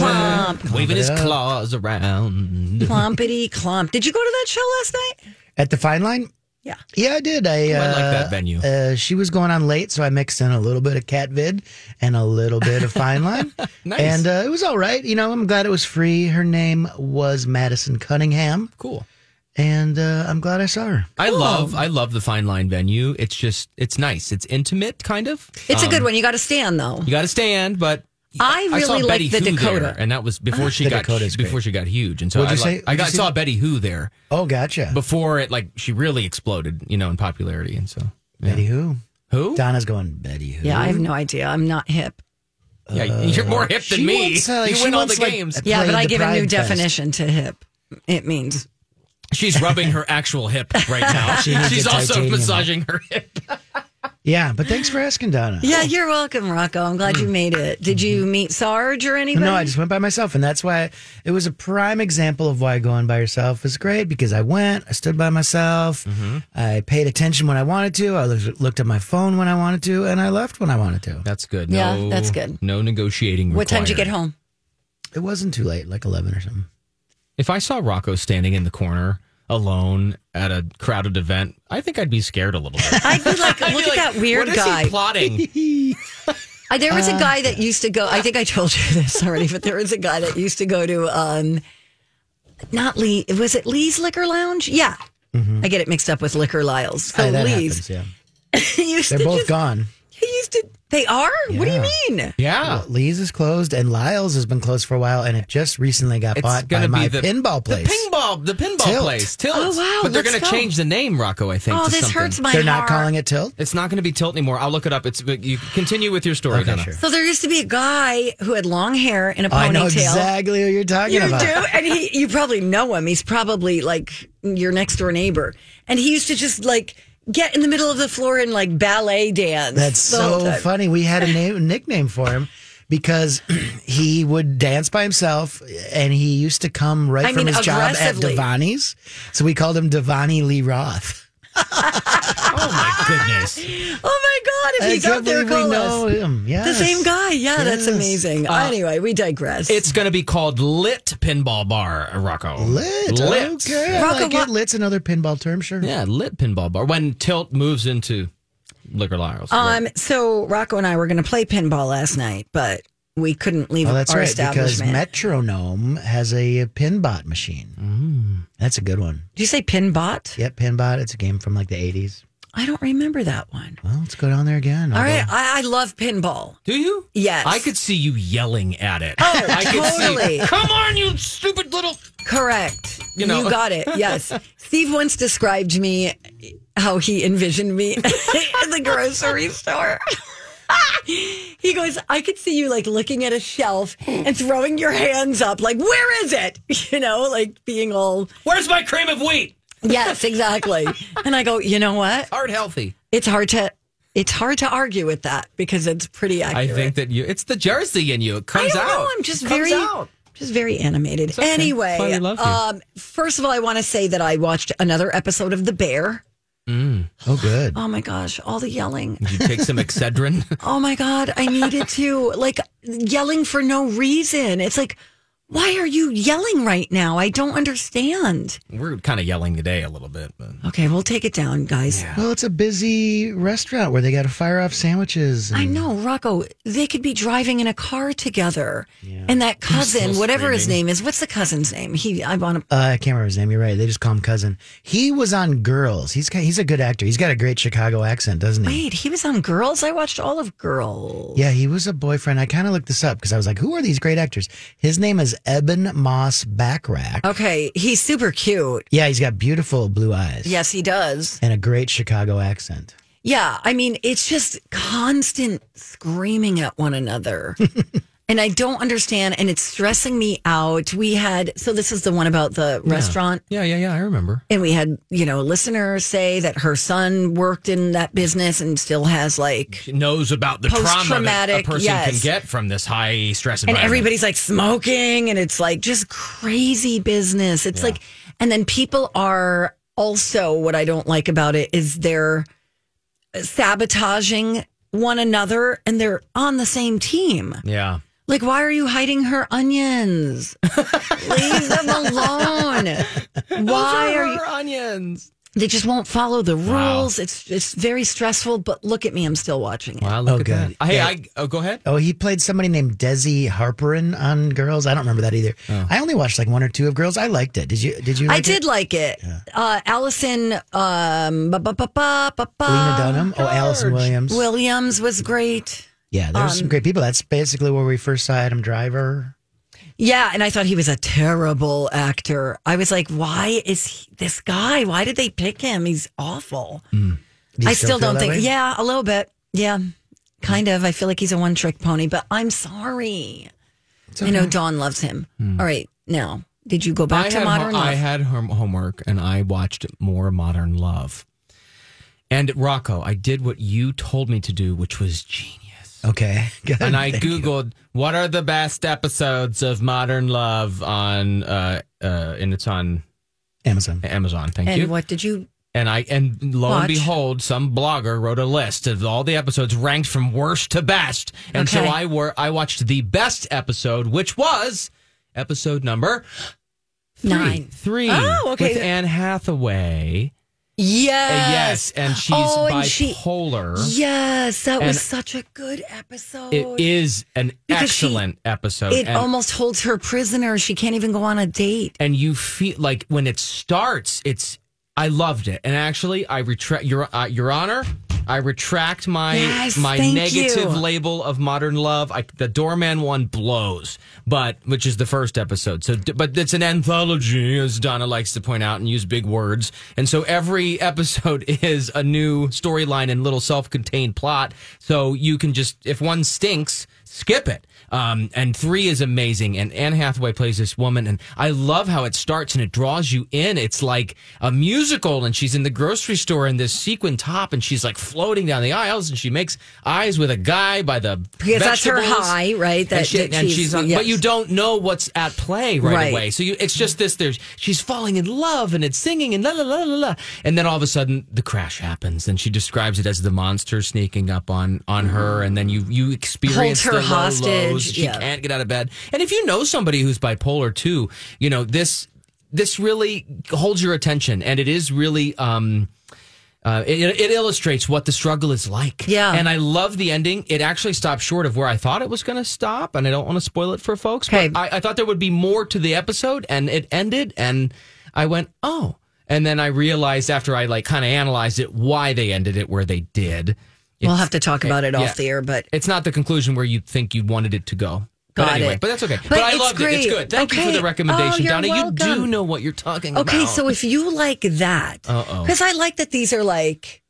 Speaker 1: clomp.
Speaker 2: Waving his claws around.
Speaker 1: Clompity clomp. Did you go to that show last night?
Speaker 3: At the Fine Line?
Speaker 1: Yeah.
Speaker 3: Yeah, I did. I,
Speaker 2: I like
Speaker 3: uh,
Speaker 2: that venue.
Speaker 3: Uh, she was going on late, so I mixed in a little bit of cat vid and a little bit of fine line.
Speaker 2: Nice.
Speaker 3: And uh, it was all right. You know, I'm glad it was free. Her name was Madison Cunningham,
Speaker 2: Cool.
Speaker 3: and uh, I'm glad I saw her.
Speaker 2: I love I love the fine line venue. It's just it's nice. It's intimate kind of.
Speaker 1: It's
Speaker 2: Um,
Speaker 1: a good one. You got to stand, though.
Speaker 2: You got to stand, but
Speaker 1: I
Speaker 2: saw
Speaker 1: really
Speaker 2: Betty
Speaker 1: like the
Speaker 2: Who
Speaker 1: Dakota.
Speaker 2: there, and that was before she
Speaker 3: The
Speaker 2: got
Speaker 3: Dakota's
Speaker 2: before
Speaker 3: great.
Speaker 2: she got huge. And so I,
Speaker 3: What'd you say?
Speaker 2: like- I
Speaker 3: What'd
Speaker 2: got
Speaker 3: you say?
Speaker 2: saw Betty Who there
Speaker 3: Oh, gotcha.
Speaker 2: before it like she really exploded, you know, in popularity. And so
Speaker 3: Betty Who?
Speaker 2: who?
Speaker 3: Donna's going Betty Who.
Speaker 1: Yeah, I have no idea. I'm not hip.
Speaker 2: yeah, you're more hip than
Speaker 3: Uh, she
Speaker 2: me.
Speaker 3: wants, uh,
Speaker 2: you
Speaker 3: she
Speaker 2: win all the
Speaker 3: wants, like,
Speaker 2: games.
Speaker 3: a-
Speaker 1: Yeah, but
Speaker 3: Played
Speaker 1: I
Speaker 3: the
Speaker 1: give a new
Speaker 3: Pride Fest.
Speaker 1: definition to hip. It means
Speaker 2: She's rubbing her actual hip right now.
Speaker 3: She needs
Speaker 2: She's
Speaker 3: a
Speaker 2: also
Speaker 3: titanium.
Speaker 2: massaging her hip.
Speaker 3: Yeah, but thanks for asking, Donna.
Speaker 1: Yeah, you're welcome, Rocco. I'm glad you made it. Did you meet Sarge or anybody?
Speaker 3: No, I just went by myself, and that's why it was a prime example of why going by yourself is great because I went, I stood by myself, I paid attention when I wanted to, I looked, looked at my phone when I wanted to, and I left when I wanted to.
Speaker 2: That's good.
Speaker 1: Yeah,
Speaker 2: No,
Speaker 1: that's good.
Speaker 2: No negotiating.
Speaker 1: What time did you
Speaker 2: required.
Speaker 1: get home?
Speaker 3: It wasn't too late, like 11 or something.
Speaker 2: If I saw Rocco standing in the corner alone at a crowded event, I think I'd be scared a little bit.
Speaker 1: I'd be like, look at that weird
Speaker 2: what is
Speaker 1: guy.
Speaker 2: he plotting?
Speaker 1: I, there
Speaker 3: Uh,
Speaker 1: was a guy that used to go. I think I told you this already, but there was a guy that used to go to um, not Lee. Was it Lee's Liquor Lounge? Yeah, I get it mixed up with Liquor Lyle's. So
Speaker 3: Mm-hmm. Hey, that
Speaker 1: Lee's.
Speaker 3: happens, yeah.
Speaker 1: he used
Speaker 3: They're
Speaker 1: to
Speaker 3: both
Speaker 1: just-
Speaker 3: gone.
Speaker 1: He used to. They are. What do you mean?
Speaker 2: Yeah.
Speaker 3: Lee's is closed and Lyle's has been closed for a while and it just recently got
Speaker 2: It's
Speaker 3: bought by
Speaker 2: gonna be
Speaker 3: my
Speaker 2: the
Speaker 3: pinball place.
Speaker 2: The pinball, the pinball
Speaker 3: Tilt.
Speaker 2: place. Tilt.
Speaker 1: Oh, wow,
Speaker 2: But they're
Speaker 1: let's
Speaker 2: going to
Speaker 1: go.
Speaker 2: change the name, Rocco. I think.
Speaker 1: Oh,
Speaker 2: to
Speaker 1: this
Speaker 2: something.
Speaker 1: hurts my
Speaker 3: They're
Speaker 1: heart.
Speaker 3: not calling it Tilt?
Speaker 2: It's not going to be Tilt anymore. I'll look it up. It's but you continue with your story.
Speaker 3: Okay,
Speaker 2: Donna.
Speaker 3: sure.
Speaker 1: So there used to be a guy who had long hair and a ponytail.
Speaker 3: I know exactly who you're talking
Speaker 1: You
Speaker 3: about.
Speaker 1: do, and he, you probably know him. He's probably like your next door neighbor, and he used to just like get in the middle of the floor and like ballet dance.
Speaker 3: That's
Speaker 1: the whole
Speaker 3: so
Speaker 1: time.
Speaker 3: funny. We had a name, nickname for him because he would dance by himself and he used to come right
Speaker 1: I
Speaker 3: from
Speaker 1: mean,
Speaker 3: his job at
Speaker 1: aggressively.
Speaker 3: Devani's. So we called him Devani Lee Roth.
Speaker 2: Oh my goodness.
Speaker 1: Oh my god! If he's out there,
Speaker 3: we
Speaker 1: call
Speaker 3: know
Speaker 1: us.
Speaker 3: him. Yes.
Speaker 1: The same guy. Yeah, that's
Speaker 3: Yes. Uh,
Speaker 1: amazing. anyway, we digress.
Speaker 2: It's going to be called Lit Pinball Bar, Rocco.
Speaker 3: Lit.
Speaker 2: Lit.
Speaker 3: Okay. I
Speaker 1: Rock a
Speaker 3: like it.
Speaker 1: lot-
Speaker 3: Lit's another pinball term, sure.
Speaker 2: Yeah, Lit Pinball Bar. When Tilt moves into Liquor Lyles.
Speaker 1: um. So Rocco and I were going to play pinball last night, but we couldn't leave
Speaker 3: Oh, that's
Speaker 1: our
Speaker 3: right, because
Speaker 1: establishment.
Speaker 3: Metronome has a pinbot machine. That's a good one.
Speaker 1: Did you say pinbot?
Speaker 3: Yep, pinbot. It's a game from like the 80s.
Speaker 1: I don't remember that one.
Speaker 3: Well, let's go down there again.
Speaker 1: All right,
Speaker 3: although-
Speaker 1: I, I love pinball.
Speaker 2: Do you?
Speaker 1: Yes.
Speaker 2: I could see you yelling at it. Oh, I could
Speaker 1: totally.
Speaker 2: See, Come on, you stupid little.
Speaker 1: Correct.
Speaker 2: You know.
Speaker 1: got it. Yes. Steve once described me how he envisioned me in the grocery store. he goes, I could see you like looking at a shelf and throwing your hands up, like, where is it? You know, like being all,
Speaker 2: Where's my cream of wheat?
Speaker 1: yes, exactly. and I go, you know what?
Speaker 2: Hard healthy.
Speaker 1: It's hard to. It's hard to argue with that because it's pretty
Speaker 2: I
Speaker 1: accurate.
Speaker 2: think that you. It's the Jersey in you. It
Speaker 1: I
Speaker 2: comes
Speaker 1: don't
Speaker 2: out.
Speaker 1: know. I'm just
Speaker 2: It comes
Speaker 1: very,
Speaker 2: out.
Speaker 1: just very animated.
Speaker 2: okay.
Speaker 1: Anyway,
Speaker 2: That's why we love you.
Speaker 1: um, first of all, I want to say that I watched another episode of The Bear.
Speaker 3: Oh, good.
Speaker 1: Oh my gosh, all the yelling!
Speaker 2: Did you take some Excedrin?
Speaker 1: Oh my god, I needed to like yelling for no reason. It's like, why are you yelling right now? I don't understand.
Speaker 2: We're kind of yelling today a little bit, but
Speaker 1: Okay, we'll take it down, guys.
Speaker 3: Well, it's a busy restaurant where they got to fire off sandwiches.
Speaker 1: I
Speaker 3: and-
Speaker 1: know, Rocco. They could be driving in a car together, and that cousin,
Speaker 2: still
Speaker 1: whatever his
Speaker 2: screaming.
Speaker 1: name is, what's the cousin's name? He, I want to.
Speaker 3: Uh, I can't remember his name. You're right. They just call him cousin. He was on Girls. He's ki- he's a good actor. He's got a great Chicago accent, doesn't he?
Speaker 1: Wait, he was on Girls. I watched all of Girls.
Speaker 3: Yeah, he was a boyfriend. I kind of looked this up because I was like, who are these great actors? His name is Eben Moss Backrack.
Speaker 1: Okay, he's super cute.
Speaker 3: Yeah, he's got beautiful blue eyes.
Speaker 1: Yes, he does.
Speaker 3: And a great Chicago accent.
Speaker 1: Yeah, I mean, it's just constant screaming at one another. and I don't understand, and it's stressing me out. We had, so this is the one about the restaurant.
Speaker 2: yeah, yeah, yeah. I remember.
Speaker 1: And we had, you know, a listener say that her son worked in that business and still has like,
Speaker 2: knows about the trauma that a
Speaker 1: Post-traumatic,
Speaker 2: person can
Speaker 1: yes.
Speaker 2: get from this high stress
Speaker 1: and
Speaker 2: environment.
Speaker 1: everybody's like smoking, and it's like just crazy business. It's like, and then people are also, what I don't like about it is they're sabotaging one another and they're on the same team.
Speaker 2: yeah.
Speaker 1: Like, why are you hiding her onions? Leave them alone. Why are you?
Speaker 2: onions?
Speaker 1: They just won't follow the rules. It's it's very stressful. But look at me, I'm still watching it.
Speaker 2: Wow, look
Speaker 3: Oh,
Speaker 2: at
Speaker 3: good.
Speaker 2: that. Hey,
Speaker 3: Yeah.
Speaker 2: I oh, go ahead.
Speaker 3: Oh, he played somebody named Desi Harperin on Girls. I don't remember that either. I only watched like one or two of Girls. I liked it. Did you? Did you?
Speaker 1: Oh.
Speaker 3: Like
Speaker 1: I
Speaker 3: it?
Speaker 1: did like it. Uh, Allison, um, ba ba ba ba ba ba.
Speaker 3: Lena Dunham. Oh, Allison
Speaker 2: George.
Speaker 3: Williams.
Speaker 1: Williams was great.
Speaker 3: yeah, there were
Speaker 1: Um,
Speaker 3: some great people. That's basically where we first saw Adam Driver.
Speaker 1: Yeah, and I thought he was a terrible actor. I was like, why is he, this guy? Why did they pick him? He's awful.
Speaker 3: Do you
Speaker 1: I still,
Speaker 3: feel
Speaker 1: don't
Speaker 3: that
Speaker 1: think.
Speaker 3: way?
Speaker 1: Yeah, a little bit. Yeah, kind of. I feel like he's a one trick pony, but I'm sorry. I know Dawn loves him.
Speaker 3: Hmm.
Speaker 1: All right, now did you go back
Speaker 2: I
Speaker 1: to
Speaker 2: had,
Speaker 1: Modern
Speaker 2: ho- I
Speaker 1: Love?
Speaker 2: had hom- homework and I watched more Modern Love. And Rocco, I did what you told me to do, which was genius.
Speaker 3: Okay. Good.
Speaker 2: And I
Speaker 3: Thank you.
Speaker 2: googled what are the best episodes of Modern Love on, uh, uh, and it's on
Speaker 3: Amazon.
Speaker 2: Amazon. Thank
Speaker 1: and
Speaker 2: you.
Speaker 1: what did you?
Speaker 2: And I and lo and
Speaker 1: Watch.
Speaker 2: behold, some blogger wrote a list of all the episodes ranked from worst to best. And so
Speaker 1: Okay.
Speaker 2: I were I watched the best episode, which was episode number three,
Speaker 1: Nine.
Speaker 2: Three.
Speaker 1: Oh, okay.
Speaker 2: With Anne Hathaway. Uh,
Speaker 1: Yes.
Speaker 2: yes, and she's
Speaker 1: Oh, and she-
Speaker 2: bipolar.
Speaker 1: Yes, that
Speaker 2: And-
Speaker 1: was such a good episode.
Speaker 2: It is an
Speaker 1: Because she-
Speaker 2: excellent episode.
Speaker 1: It
Speaker 2: and,
Speaker 1: almost holds her prisoner. She can't even go on a date.
Speaker 2: and you feel like when it starts, it's I loved it. And actually, I retract your uh, your honor. I retract my
Speaker 1: Yes,
Speaker 2: my
Speaker 1: thank
Speaker 2: negative
Speaker 1: you.
Speaker 2: label of modern love. I, the doorman one blows, but which is the first episode. So, d- but it's an anthology, as Donna likes to point out and use big words. And so every episode is a new storyline and little self-contained plot. So you can just if one stinks, skip it. Um, and three is amazing. And Anne Hathaway plays this woman, and I love how it starts and it draws you in. It's like a musical, and she's in the grocery store in this sequin top, and she's like floating down the aisles, and she makes eyes with a guy by the
Speaker 1: Because that's her
Speaker 2: vegetables.
Speaker 1: high, right? That-
Speaker 2: and, she-
Speaker 1: that
Speaker 2: and
Speaker 1: she's-
Speaker 2: she's, on,
Speaker 1: yes.
Speaker 2: but you don't know what's at play right,
Speaker 1: Right.
Speaker 2: away. So you, it's just this. There's she's falling in love, and it's singing, and la la la la la, and then all of a sudden the crash happens, and she describes it as the monster sneaking up on on her, and then you you experience
Speaker 1: Holds her
Speaker 2: the low
Speaker 1: hostage,
Speaker 2: lows. She
Speaker 1: yeah.
Speaker 2: can't get out of bed. And if you know somebody who's bipolar too, you know this this really holds your attention, and it is really. um uh, it, it illustrates what the struggle is like.
Speaker 1: Yeah.
Speaker 2: And I love the ending. It actually stopped short of where I thought it was going to stop, and I don't want to spoil it for folks.
Speaker 1: Okay.
Speaker 2: But I, I thought there would be more to the episode, and it ended, and I went, oh. And then I realized after I like kind of analyzed it why they ended it where they did.
Speaker 1: we'll
Speaker 2: It's-
Speaker 1: have to talk about it
Speaker 2: yeah.
Speaker 1: off the air, but
Speaker 2: it's not the conclusion where you think you wanted it to go. But
Speaker 1: Got
Speaker 2: anyway,
Speaker 1: it.
Speaker 2: but that's okay. But,
Speaker 1: But
Speaker 2: I
Speaker 1: it's
Speaker 2: loved it. It's
Speaker 1: great.
Speaker 2: good. Thank you for
Speaker 1: Okay.
Speaker 2: the recommendation,
Speaker 1: Oh, you're
Speaker 2: Donna. You do
Speaker 1: welcome.
Speaker 2: know what you're talking about.
Speaker 1: okay. So if you like that,
Speaker 2: Uh-oh.
Speaker 1: because I like that these are like,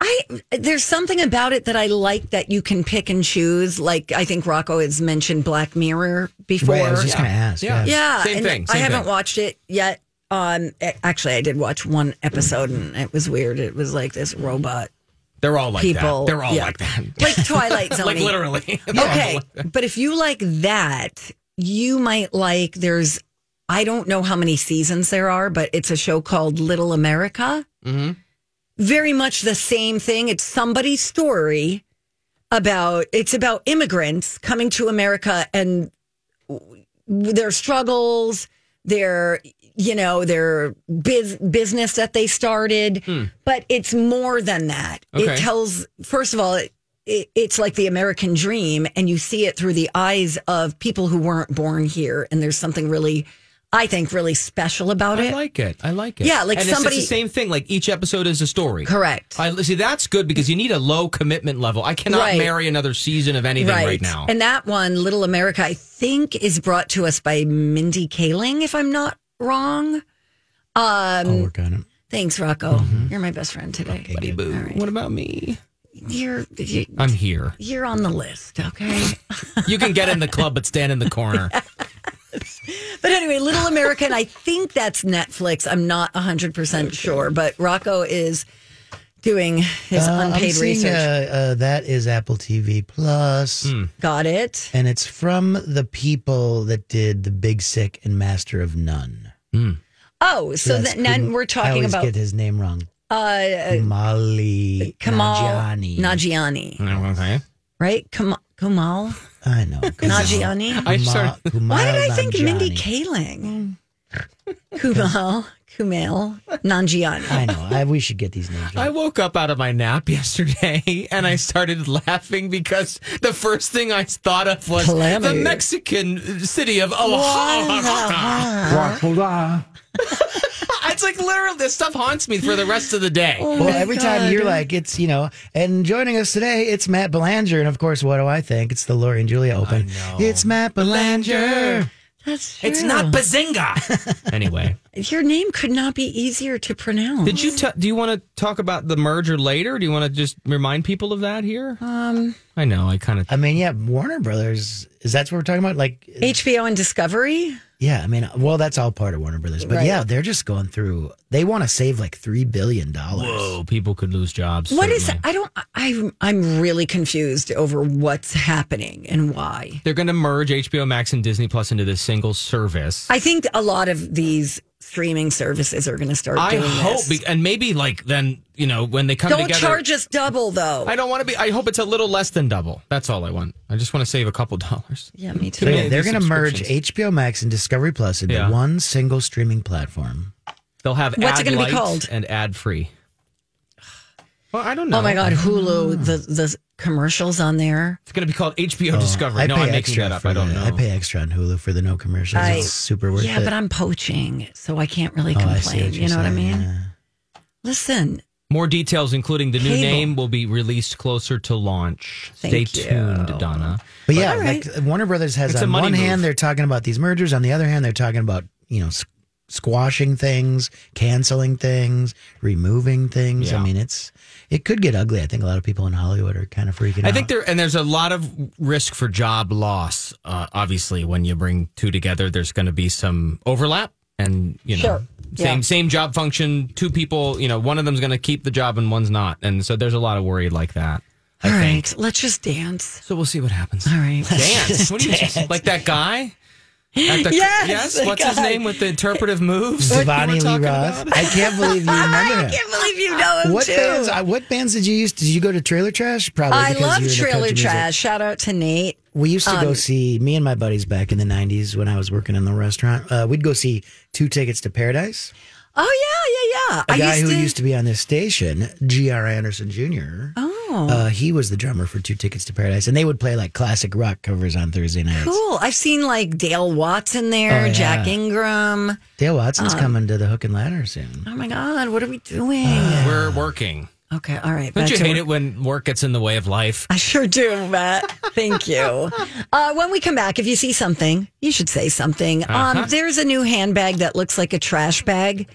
Speaker 1: I there's something about it that I like that you can pick and choose. Like I think Rocco has mentioned Black Mirror before.
Speaker 3: Right, I was just going to ask.
Speaker 2: Yeah.
Speaker 3: yes.
Speaker 1: Yeah,
Speaker 2: Same
Speaker 1: and
Speaker 2: thing,
Speaker 1: I
Speaker 2: same
Speaker 1: haven't
Speaker 2: thing.
Speaker 1: watched it yet. Um, a- actually, I did watch one episode, and it was weird. It was like this robot
Speaker 2: They're all like
Speaker 1: people.
Speaker 2: that. They're all
Speaker 1: yeah.
Speaker 2: like that.
Speaker 1: like Twilight Zone.
Speaker 2: like literally.
Speaker 1: Okay, but if you like that, you might like. There's, I don't know how many seasons there are, but it's a show called Little America.
Speaker 2: Mm-hmm.
Speaker 1: Very much the same thing. It's somebody's story about. It's about immigrants coming to America and their struggles, their you know their biz, business that they started, but it's more than that.
Speaker 2: Hmm. Okay.
Speaker 1: It tells first of all, it, it, it's like the American dream, and you see it through the eyes of people who weren't born here, and there's something really, I think, really special about
Speaker 2: I
Speaker 1: it.
Speaker 2: like it. I like it.
Speaker 1: Yeah, like
Speaker 2: And it's-
Speaker 1: somebody-
Speaker 2: It's, the same thing. Like each episode is a story.
Speaker 1: Correct.
Speaker 2: I see. That's good because you need a low commitment level. I cannot
Speaker 1: Right.
Speaker 2: marry another season of anything right, now.
Speaker 1: And that one, Little America, I think is brought to us by Mindy Kaling, if I'm not wrong. Um,
Speaker 3: I'll
Speaker 2: Oh.
Speaker 3: work on it.
Speaker 1: Thanks, Rocco. You're my best friend today.
Speaker 2: Buddy Mm-hmm. boo. What about me?
Speaker 1: You're, you,
Speaker 2: I'm here.
Speaker 1: you're on the list, okay?
Speaker 2: You can get in the club, but stand in the corner.
Speaker 1: But anyway, Little American, I think that's Netflix. I'm not 100% sure, but Rocco is doing his
Speaker 3: Uh, I'm
Speaker 1: unpaid
Speaker 3: seeing,
Speaker 1: research.
Speaker 3: uh, uh, that is Apple TV Plus,
Speaker 2: Hmm.
Speaker 1: Got it.
Speaker 3: and it's from the people that did The Big Sick and Master of None.
Speaker 1: Oh, so
Speaker 3: That's
Speaker 1: that then
Speaker 3: Kum-
Speaker 1: we're
Speaker 3: I
Speaker 1: talking
Speaker 3: always
Speaker 1: about
Speaker 3: get his name wrong.
Speaker 1: uh,
Speaker 3: Mali
Speaker 1: Kamal
Speaker 3: Najiani.
Speaker 1: Nagiani,
Speaker 2: okay.
Speaker 1: right? Kam- Kamal
Speaker 3: I know. Kamal-
Speaker 1: Nagiani.
Speaker 2: I started.
Speaker 3: Ma- Kumail
Speaker 1: Why did I think Mindy
Speaker 3: Nanjiani.
Speaker 1: Kaling? Kumal, Kumail Nanjiani.
Speaker 3: I know. I, we should get these names.
Speaker 2: I
Speaker 3: Right.
Speaker 2: woke up out of my nap yesterday and I started laughing because the first thing I thought of was
Speaker 1: Calamity.
Speaker 2: the Mexican city of Oaxaca. it's like literally, this stuff haunts me for the rest of the day.
Speaker 1: Oh
Speaker 3: well, every time you're like, it's, you know, and joining us today, it's Matt Belanger. And of course, what do I think? It's the Lori and Julia Open. It's Matt Belanger.
Speaker 1: That's
Speaker 2: It's
Speaker 1: true.
Speaker 2: not Bazinga. anyway,
Speaker 1: Your name could not be easier to pronounce.
Speaker 2: did you t- do you want to talk about the merger later? Do you want to just remind people of that here? Um, I know I kind of.
Speaker 3: I mean, yeah, Warner Brothers. Is that what we're talking about? Like,
Speaker 1: HBO and Discovery?
Speaker 3: yeah, I mean, well, that's all part of Warner Brothers. But
Speaker 1: Right.
Speaker 3: yeah, they're just going through, they want to save like $3 billion.
Speaker 2: Whoa, oh, people could lose jobs.
Speaker 1: What is?
Speaker 2: certainly.
Speaker 1: I don't. I I'm really confused over what's happening and why.
Speaker 2: They're going to merge HBO Max and Disney Plus into this single service.
Speaker 1: I think a lot of these streaming services are going to start
Speaker 2: I
Speaker 1: doing
Speaker 2: hope,
Speaker 1: this.
Speaker 2: be- and maybe like then you know when they come
Speaker 1: Don't
Speaker 2: together.
Speaker 1: charge us double though.
Speaker 2: I don't want to be. I hope it's a little less than double. That's all I want. I just want to save a couple dollars.
Speaker 1: yeah, me too.
Speaker 3: So yeah,
Speaker 2: Yeah,
Speaker 3: they're
Speaker 2: these
Speaker 3: going to merge
Speaker 2: subscriptions.
Speaker 3: HBO Max and Discovery Plus into
Speaker 2: Yeah.
Speaker 3: one single streaming platform.
Speaker 2: They'll have
Speaker 1: What's it
Speaker 2: ad
Speaker 1: gonna be
Speaker 2: light
Speaker 1: called?
Speaker 2: and ad free. Well, I don't know.
Speaker 1: Oh my God, Hulu, the the commercials on there.
Speaker 2: It's going to be called HBO Discovery.
Speaker 3: Oh, I
Speaker 2: no,
Speaker 3: pay
Speaker 2: I'm making
Speaker 3: extra
Speaker 2: that up.
Speaker 3: for
Speaker 2: I don't
Speaker 3: the-
Speaker 2: know.
Speaker 3: I pay extra on Hulu for the no commercials.
Speaker 1: I-
Speaker 3: it's super worth
Speaker 1: yeah,
Speaker 3: it.
Speaker 1: but I'm poaching, so I can't really
Speaker 3: Oh, I see
Speaker 1: complain.
Speaker 3: what
Speaker 1: you
Speaker 3: you're
Speaker 1: know what I
Speaker 3: saying,
Speaker 1: mean?
Speaker 3: yeah.
Speaker 1: Listen,
Speaker 2: More details, including the new
Speaker 1: Cable.
Speaker 2: name, will be released closer to launch.
Speaker 1: Thank
Speaker 2: Stay
Speaker 1: you.
Speaker 2: tuned, Donna.
Speaker 3: But yeah,
Speaker 1: All right.
Speaker 3: like Warner Brothers has
Speaker 2: It's a
Speaker 3: on
Speaker 2: money
Speaker 3: one hand
Speaker 2: move.
Speaker 3: they're talking about these mergers, on the other hand they're talking about you know s- squashing things, canceling things, removing things.
Speaker 2: Yeah.
Speaker 3: I mean, it's it could get ugly. I think a lot of people in Hollywood are kind of freaking.
Speaker 2: I
Speaker 3: out.
Speaker 2: think there and there's a lot of risk for job loss. Uh, obviously, when you bring two together, there's going to be some overlap, and you know,
Speaker 1: Sure.
Speaker 2: same
Speaker 1: Yeah.
Speaker 2: same job function. Two people, you know, one of them's going to keep the job and one's not, and so there's a lot of worry like that. I
Speaker 1: all
Speaker 2: think.
Speaker 1: right, let's just dance.
Speaker 2: So we'll see what happens.
Speaker 1: All right,
Speaker 2: Dance. What do you like that guy? At the-
Speaker 1: Yes, the
Speaker 2: What's his
Speaker 1: guy.
Speaker 2: name with the interpretive moves?
Speaker 3: Devani
Speaker 2: What you
Speaker 3: Lee
Speaker 2: were talking
Speaker 3: Roth.
Speaker 2: about?
Speaker 3: I can't believe you remember
Speaker 1: I
Speaker 3: him.
Speaker 1: can't believe you know him
Speaker 3: What
Speaker 1: too.
Speaker 3: bands? I, what bands did you use? Did you go to Trailer Trash? Probably.
Speaker 1: I
Speaker 3: because you
Speaker 1: love
Speaker 3: were into
Speaker 1: Trailer
Speaker 3: country music.
Speaker 1: Trash. Shout out to Nate.
Speaker 3: We used
Speaker 2: Um,
Speaker 3: to go see me and my buddies back in the '90s when I was working in the restaurant. Uh, we'd go see Two Tickets to Paradise.
Speaker 1: Oh yeah, yeah, yeah.
Speaker 3: A
Speaker 1: I
Speaker 3: guy
Speaker 1: used
Speaker 3: who
Speaker 1: to,
Speaker 3: used to be on this station, G.R. Anderson Jr.
Speaker 1: Oh,
Speaker 3: Uh, he was the drummer for Two Tickets to Paradise, and they would play like classic rock covers on Thursday nights.
Speaker 1: cool. I've seen like Dale Watts in there,
Speaker 3: Oh, yeah.
Speaker 1: Jack Ingram.
Speaker 3: Dale Watson's
Speaker 1: Uh.
Speaker 3: coming to the Hook and Ladder soon.
Speaker 1: Oh my God, what are we doing?
Speaker 3: Uh,
Speaker 2: We're working.
Speaker 1: okay, all right.
Speaker 2: Don't
Speaker 1: back
Speaker 2: you
Speaker 1: to
Speaker 2: hate
Speaker 1: work.
Speaker 2: it when work gets in the way of life?
Speaker 1: I sure do, Matt. Thank you. Uh, when we come back, if you see something, you should say something.
Speaker 3: Uh-huh.
Speaker 1: Um, there's a new handbag that looks like a trash bag,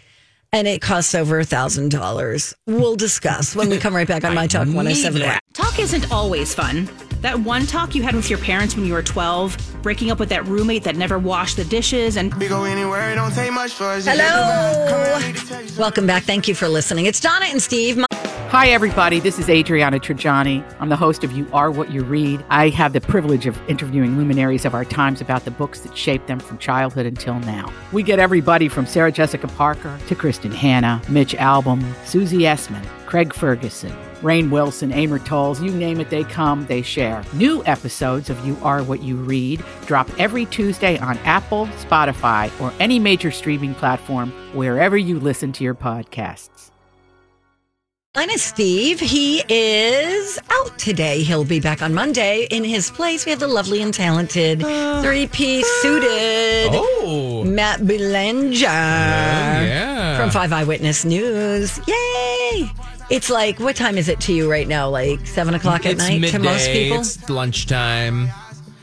Speaker 1: and it costs over a thousand dollars. We'll discuss when we come right back on my talk one hundred seven.
Speaker 9: Talk isn't always fun. That one talk you had with your parents when you were 12, breaking up with that roommate that never washed the dishes, and
Speaker 7: We go anywhere, it don't take much for us.
Speaker 1: Hello. Welcome back. Thank you for listening. It's Donna and Steve.
Speaker 10: Hi, everybody. This is Adriana Trajani. I'm the host of You Are What You Read. I have the privilege of interviewing luminaries of our times about the books that shaped them from childhood until now. We get everybody from Sarah Jessica Parker to Kristen Hanna, Mitch Albom, Susie Essman, Craig Ferguson, Rain Wilson, Amor Tolls, you name it, they come, they share. New episodes of You Are What You Read drop every Tuesday on Apple, Spotify, or any major streaming platform wherever you listen to your podcasts.
Speaker 1: Mine is Steve. He is out today. He'll be back on Monday in his place. We have the lovely and talented
Speaker 3: Uh,
Speaker 1: three piece suited
Speaker 2: Oh,
Speaker 1: Matt Belanger.
Speaker 2: yeah.
Speaker 1: From Five Eyewitness News. Yay! It's like, what time is it to you right now? Like seven o'clock at
Speaker 2: it's
Speaker 1: night
Speaker 2: midday.
Speaker 1: to most people?
Speaker 2: It's lunchtime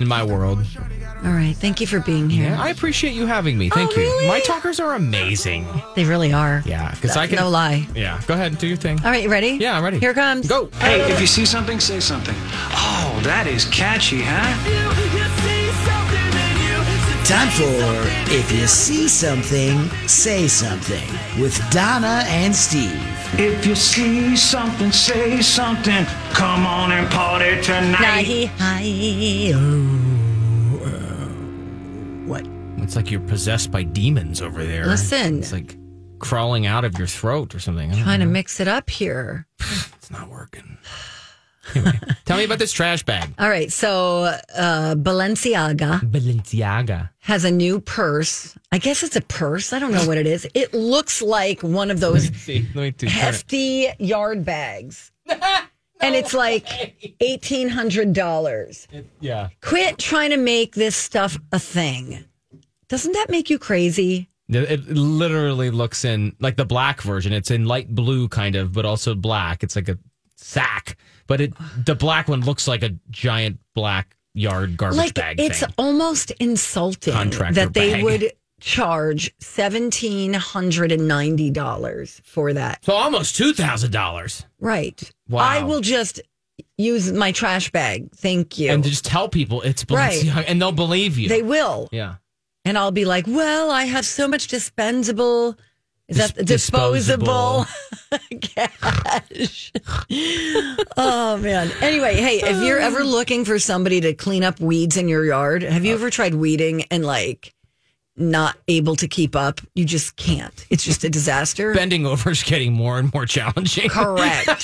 Speaker 2: in my world.
Speaker 1: All right. Thank you for being here.
Speaker 2: I appreciate you having me. Thank
Speaker 1: Oh,
Speaker 2: you.
Speaker 1: really?
Speaker 2: My talkers are amazing.
Speaker 1: They really are.
Speaker 2: Yeah, because I can.
Speaker 1: No lie.
Speaker 2: Yeah, go ahead, do your thing.
Speaker 1: All right. You ready?
Speaker 2: Yeah, I'm ready.
Speaker 1: Here it comes.
Speaker 2: Go.
Speaker 11: Hey, if you see something, say something. Oh, that is catchy, huh?
Speaker 3: Time for If You See Something, Say Something with Donna and Steve.
Speaker 11: If you see something, say something. Come on and party tonight.
Speaker 1: Nighty hi, oh. What?
Speaker 2: It's like you're possessed by demons over there.
Speaker 1: Listen.
Speaker 2: It's like crawling out of your throat or something. I don't
Speaker 1: Trying to
Speaker 2: know.
Speaker 1: mix it up here.
Speaker 2: It's not working. Anyway, tell me about this trash bag.
Speaker 1: All right, so uh, Balenciaga
Speaker 2: Balenciaga.
Speaker 1: has a new purse. I guess it's a purse. I don't know what it is. It looks like one of those
Speaker 2: See, let me do it.
Speaker 1: hefty yard bags, and it's like eighteen hundred dollars.
Speaker 2: Yeah.
Speaker 1: Quit trying to make this stuff a thing. Doesn't that make you crazy?
Speaker 2: It it literally looks in like the black version. It's in light blue, kind of, but also black. It's like a sack, but it the black one looks like a giant black yard garbage
Speaker 1: like
Speaker 2: bag.
Speaker 1: it's
Speaker 2: thing.
Speaker 1: almost insulting
Speaker 2: Contractor
Speaker 1: that they
Speaker 2: bag.
Speaker 1: would charge seventeen hundred and ninety dollars for that.
Speaker 2: so almost two thousand dollars.
Speaker 1: Right.
Speaker 2: Wow.
Speaker 1: I will just use my trash bag. Thank you.
Speaker 2: And to just tell people it's
Speaker 1: Right.
Speaker 2: Balenciaga, and they'll believe you.
Speaker 1: They will.
Speaker 2: yeah.
Speaker 1: And I'll be like, well, I have so much dispensable. Is that the
Speaker 2: Dis-
Speaker 1: disposable, cash? oh man. Anyway, hey, if you're ever
Speaker 2: Um. Uh.
Speaker 1: looking for somebody to clean up weeds in your yard, have you ever tried weeding and like not able to keep up. You just can't. It's just a disaster.
Speaker 2: Bending over is getting more and more challenging.
Speaker 1: Correct.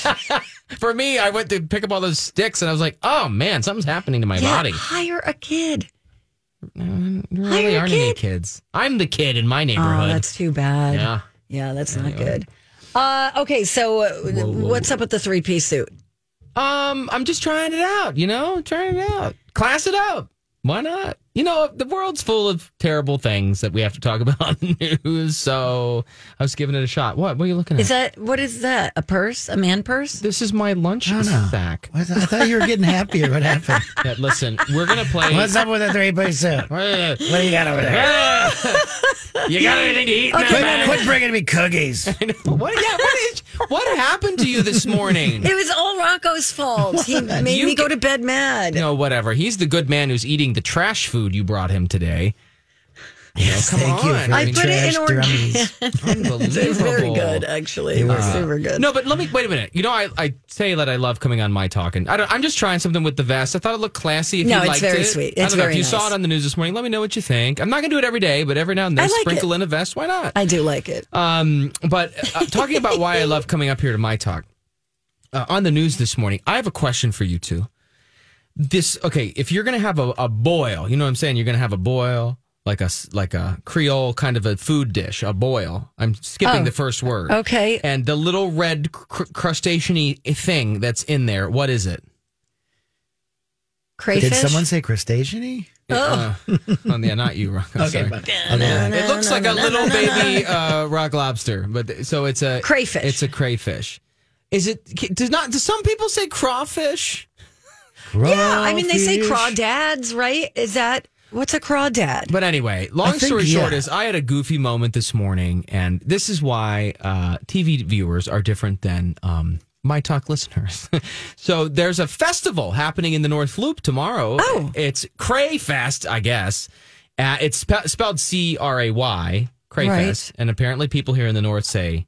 Speaker 2: For me, I went to pick up all those sticks and I was like, oh man, something's happening to my
Speaker 1: Yeah,
Speaker 2: body.
Speaker 1: Hire a kid.
Speaker 2: Mm, There
Speaker 1: Hire
Speaker 2: really
Speaker 1: a
Speaker 2: aren't any
Speaker 1: kid.
Speaker 2: kids. I'm the kid in my
Speaker 1: Oh,
Speaker 2: neighborhood.
Speaker 1: that's too bad.
Speaker 2: yeah.
Speaker 1: Yeah, that's not
Speaker 2: Anyway.
Speaker 1: good. Uh, okay, so uh, what's up with the three piece suit?
Speaker 2: Um, I'm just trying it out, you know, trying it out. Class it up. Why not? You know, the world's full of terrible things that we have to talk about in the news. So I was giving it a shot. What? What are you looking at?
Speaker 1: Is that what is that? A purse? A man purse?
Speaker 2: this is my lunch
Speaker 3: I don't know.
Speaker 2: sack.
Speaker 3: I, th- I thought you were getting happier. What happened?
Speaker 2: Yeah, listen, we're gonna play.
Speaker 3: What's up with the three piece suit? What
Speaker 2: you
Speaker 3: do you got over there?
Speaker 2: got anything to eat? in that
Speaker 3: Quit,
Speaker 2: bag?
Speaker 3: quit bringing me cookies.
Speaker 2: What? Yeah. What, is, what happened to you this morning?
Speaker 1: It was all Rocco's fault. He made
Speaker 2: You
Speaker 1: me go
Speaker 2: ca-
Speaker 1: to bed mad.
Speaker 2: No, whatever. He's the good man who's eating the trash food you brought him today.
Speaker 3: Yes,
Speaker 2: come
Speaker 3: thank you.
Speaker 2: on.
Speaker 3: For
Speaker 2: I
Speaker 3: the
Speaker 1: put it in
Speaker 3: trash
Speaker 1: organ-
Speaker 3: drummies.
Speaker 2: Unbelievable.
Speaker 1: It was very good, actually. It was super good.
Speaker 2: No, but let me wait a minute. You know, I, I say that I love coming on my talk, and I don't, I'm just trying something with the vest. I thought it looked classy. If
Speaker 1: No,
Speaker 2: you
Speaker 1: it's
Speaker 2: liked
Speaker 1: very
Speaker 2: it.
Speaker 1: sweet.
Speaker 2: I don't
Speaker 1: It's
Speaker 2: know
Speaker 1: very
Speaker 2: if you saw
Speaker 1: nice.
Speaker 2: it on the news this morning. Let me know what you think. I'm not going to do it every day, but every now and then,
Speaker 1: I like
Speaker 2: sprinkle in a vest. Why not?
Speaker 1: I do like it.
Speaker 2: Um, but uh, talking about why I love coming up here to my talk uh, on the news this morning, I have a question for you two. This okay? If you're gonna have a, a boil, you know what I'm saying? You're gonna have a boil, like a s- like a Creole kind of a food dish, a boil. I'm skipping the first word.
Speaker 1: okay.
Speaker 2: And the little red cr- crustacean-y thing that's in there, what is it?
Speaker 1: Crayfish.
Speaker 3: Did someone say crustacean
Speaker 2: Oh, oh yeah, not you, Rock. okay, it looks like a little baby uh, rock lobster, but so it's a
Speaker 1: Crayfish.
Speaker 2: It's a crayfish. Is it? Does not? Do some people say crawfish?
Speaker 1: yeah,
Speaker 2: "Oh,
Speaker 1: I mean, they say crawdads, right? Is that what's a crawdad?
Speaker 2: But anyway, long
Speaker 3: think,
Speaker 2: story short
Speaker 3: yeah.
Speaker 2: is I had a goofy moment this morning, and this is why uh, TV viewers are different than um, my talk listeners. so there's a festival happening in the North Loop tomorrow.
Speaker 1: Oh.
Speaker 2: it's Crayfest, I guess. Uh, it's spe- spelled C R A Y, Crayfest,
Speaker 1: Right.
Speaker 2: and apparently people here in the North say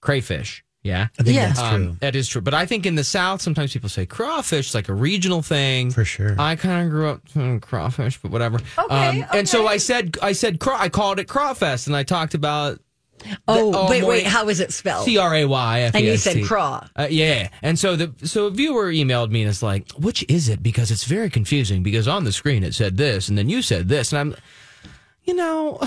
Speaker 2: crayfish. Yeah,
Speaker 3: I think
Speaker 1: Yeah.
Speaker 3: that's
Speaker 2: Um,
Speaker 3: true.
Speaker 2: that is true. But I think in the South, sometimes people say crawfish, like a regional thing.
Speaker 3: For sure.
Speaker 2: I kind of grew up on crawfish, but whatever. Okay, And so I said, I said, craw, I called it crawfest, and I talked about
Speaker 1: oh,
Speaker 2: oh,
Speaker 1: wait,
Speaker 2: morning.
Speaker 1: wait. How is it spelled?
Speaker 2: C R A Y F E S T.
Speaker 1: and you said craw.
Speaker 2: Uh, yeah, and so the so a viewer emailed me and is like, which is it? Because it's very confusing. Because on the screen it said this, and then you said this, and I'm, you know,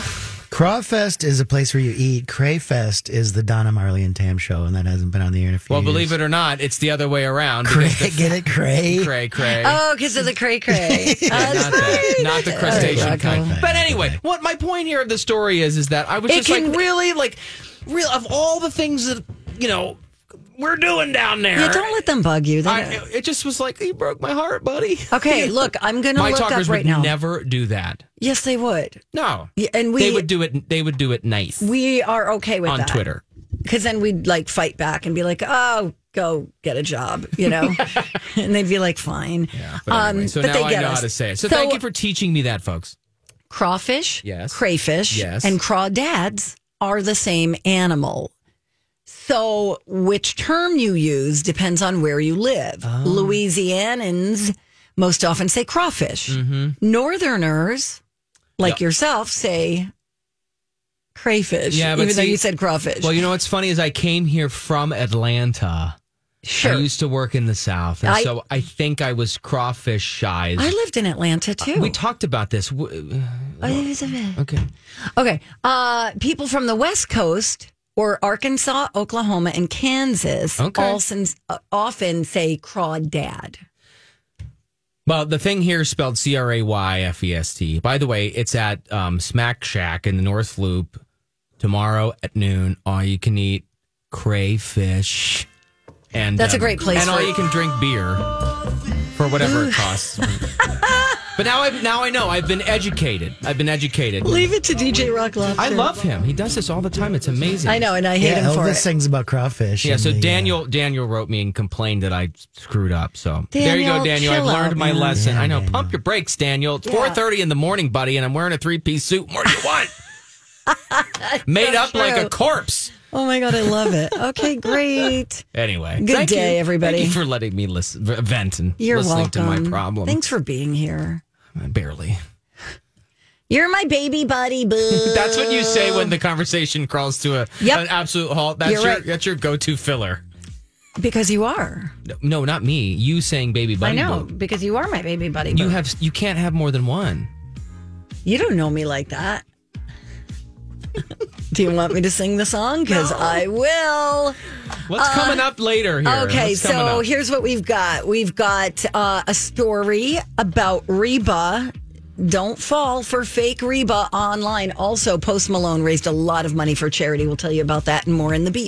Speaker 3: Crawfest is a place where you eat. Crayfest is the Donna Marley and Tam show, and that hasn't been on the air in a few
Speaker 2: well,
Speaker 3: years.
Speaker 2: believe it or not, it's the other way around.
Speaker 3: Cray,
Speaker 2: because the
Speaker 3: get it, Cray?
Speaker 2: Cray, cray.
Speaker 1: Oh, because of the cray cray. Uh,
Speaker 2: Yeah, not, the, not the crustacean
Speaker 1: Rocco.
Speaker 2: kind.
Speaker 3: Okay.
Speaker 2: But anyway, what my point here of the story is, is that I was
Speaker 1: It
Speaker 2: just
Speaker 1: can-
Speaker 2: like really like, real of all the things that you know we're doing down there.
Speaker 1: yeah, don't let them bug you. They
Speaker 2: I,
Speaker 1: don't-
Speaker 2: it just was like you broke my heart, buddy.
Speaker 1: okay, look, I'm gonna
Speaker 2: my
Speaker 1: look
Speaker 2: talkers
Speaker 1: up right
Speaker 2: would
Speaker 1: now.
Speaker 2: never do that.
Speaker 1: yes, they would.
Speaker 2: No,
Speaker 1: Yeah, and we-
Speaker 2: they would do it. They would do it nice
Speaker 1: We are okay with
Speaker 2: on
Speaker 1: that.
Speaker 2: Twitter.
Speaker 1: because then we'd like fight back and be like, "Oh, go get a job," you know, and they'd be like, "Fine."
Speaker 2: But
Speaker 1: Um,
Speaker 2: anyway, so now I know how to say it. So, thank you for teaching me that, folks.
Speaker 1: crawfish,
Speaker 2: Yes.
Speaker 1: crayfish,
Speaker 2: Yes.
Speaker 1: and crawdads are the same animal. So, which term you use depends on where you live.
Speaker 2: Oh.
Speaker 1: Louisianans most often say crawfish.
Speaker 2: Mm-hmm.
Speaker 1: Northerners, like yourself, say crayfish.
Speaker 2: Yeah, but
Speaker 1: even though
Speaker 2: see-
Speaker 1: you said crawfish.
Speaker 2: Well, you know what's funny is I came here from Atlanta.
Speaker 1: sure.
Speaker 2: I used to work in the South, and
Speaker 1: I-
Speaker 2: so I think I was crawfish shy.
Speaker 1: I lived in Atlanta too.
Speaker 2: Uh, We talked about this. W- uh,
Speaker 1: Elizabeth.
Speaker 2: Okay.
Speaker 1: Okay. Uh, people from the West Coast or Arkansas, Oklahoma, and Kansas
Speaker 2: Okay.
Speaker 1: also, uh, often say crawdad.
Speaker 2: Well, the thing here is spelled C R A Y F E S T. By the way, it's at um, Smack Shack in the North Loop tomorrow at noon. All you can eat crayfish, and um,
Speaker 1: That's a great place
Speaker 2: And all
Speaker 1: for-
Speaker 2: you can drink beer for whatever it costs. but now I now I know. I've been educated. I've been educated.
Speaker 1: Leave it to DJ Rock Lobster.
Speaker 2: I love him. He does this all the time. It's amazing.
Speaker 1: I know, and I hate
Speaker 3: yeah,
Speaker 1: him for
Speaker 3: Elvis
Speaker 1: it.
Speaker 3: sings about crawfish.
Speaker 2: Yeah,
Speaker 3: in
Speaker 2: so
Speaker 3: the, uh,
Speaker 2: Daniel Daniel wrote me and complained that I screwed up. So there you go,
Speaker 1: Daniel,
Speaker 2: Daniel. I've
Speaker 1: chill out,
Speaker 2: learned my
Speaker 1: man.
Speaker 2: lesson. I know. Pump your brakes, Daniel. It's four thirty in the morning, buddy, and I'm wearing a three piece suit. More do you want? Made up like
Speaker 1: true.
Speaker 2: a corpse.
Speaker 1: oh my God, I love it. Okay, great.
Speaker 2: Anyway,
Speaker 1: Good
Speaker 2: thank
Speaker 1: day,
Speaker 2: you.
Speaker 1: everybody.
Speaker 2: Thank you for letting me listen, vent, and
Speaker 1: You're
Speaker 2: listening
Speaker 1: welcome.
Speaker 2: to my problem.
Speaker 1: Thanks for being here.
Speaker 2: Barely.
Speaker 1: You're my baby buddy, boo.
Speaker 2: That's what you say when the conversation crawls to a
Speaker 1: Yep.
Speaker 2: an absolute halt. That's
Speaker 1: You're
Speaker 2: your
Speaker 1: right.
Speaker 2: that's your go to filler.
Speaker 1: because you are.
Speaker 2: No, No, not me. You saying baby
Speaker 1: I
Speaker 2: bunny.
Speaker 1: know
Speaker 2: boo.
Speaker 1: because you are my baby buddy.
Speaker 2: You
Speaker 1: boo.
Speaker 2: have you can't have more than one.
Speaker 1: You don't know me like that. Do you want me to sing the song? Because I will.
Speaker 2: What's coming up later here?
Speaker 1: Uh, Okay,
Speaker 2: What's coming
Speaker 1: so
Speaker 2: up?
Speaker 1: here's what we've got. We've got uh, a story about Reba. Don't fall for fake Reba online. Also, Post Malone raised a lot of money for charity. We'll tell you about that and more in the beat.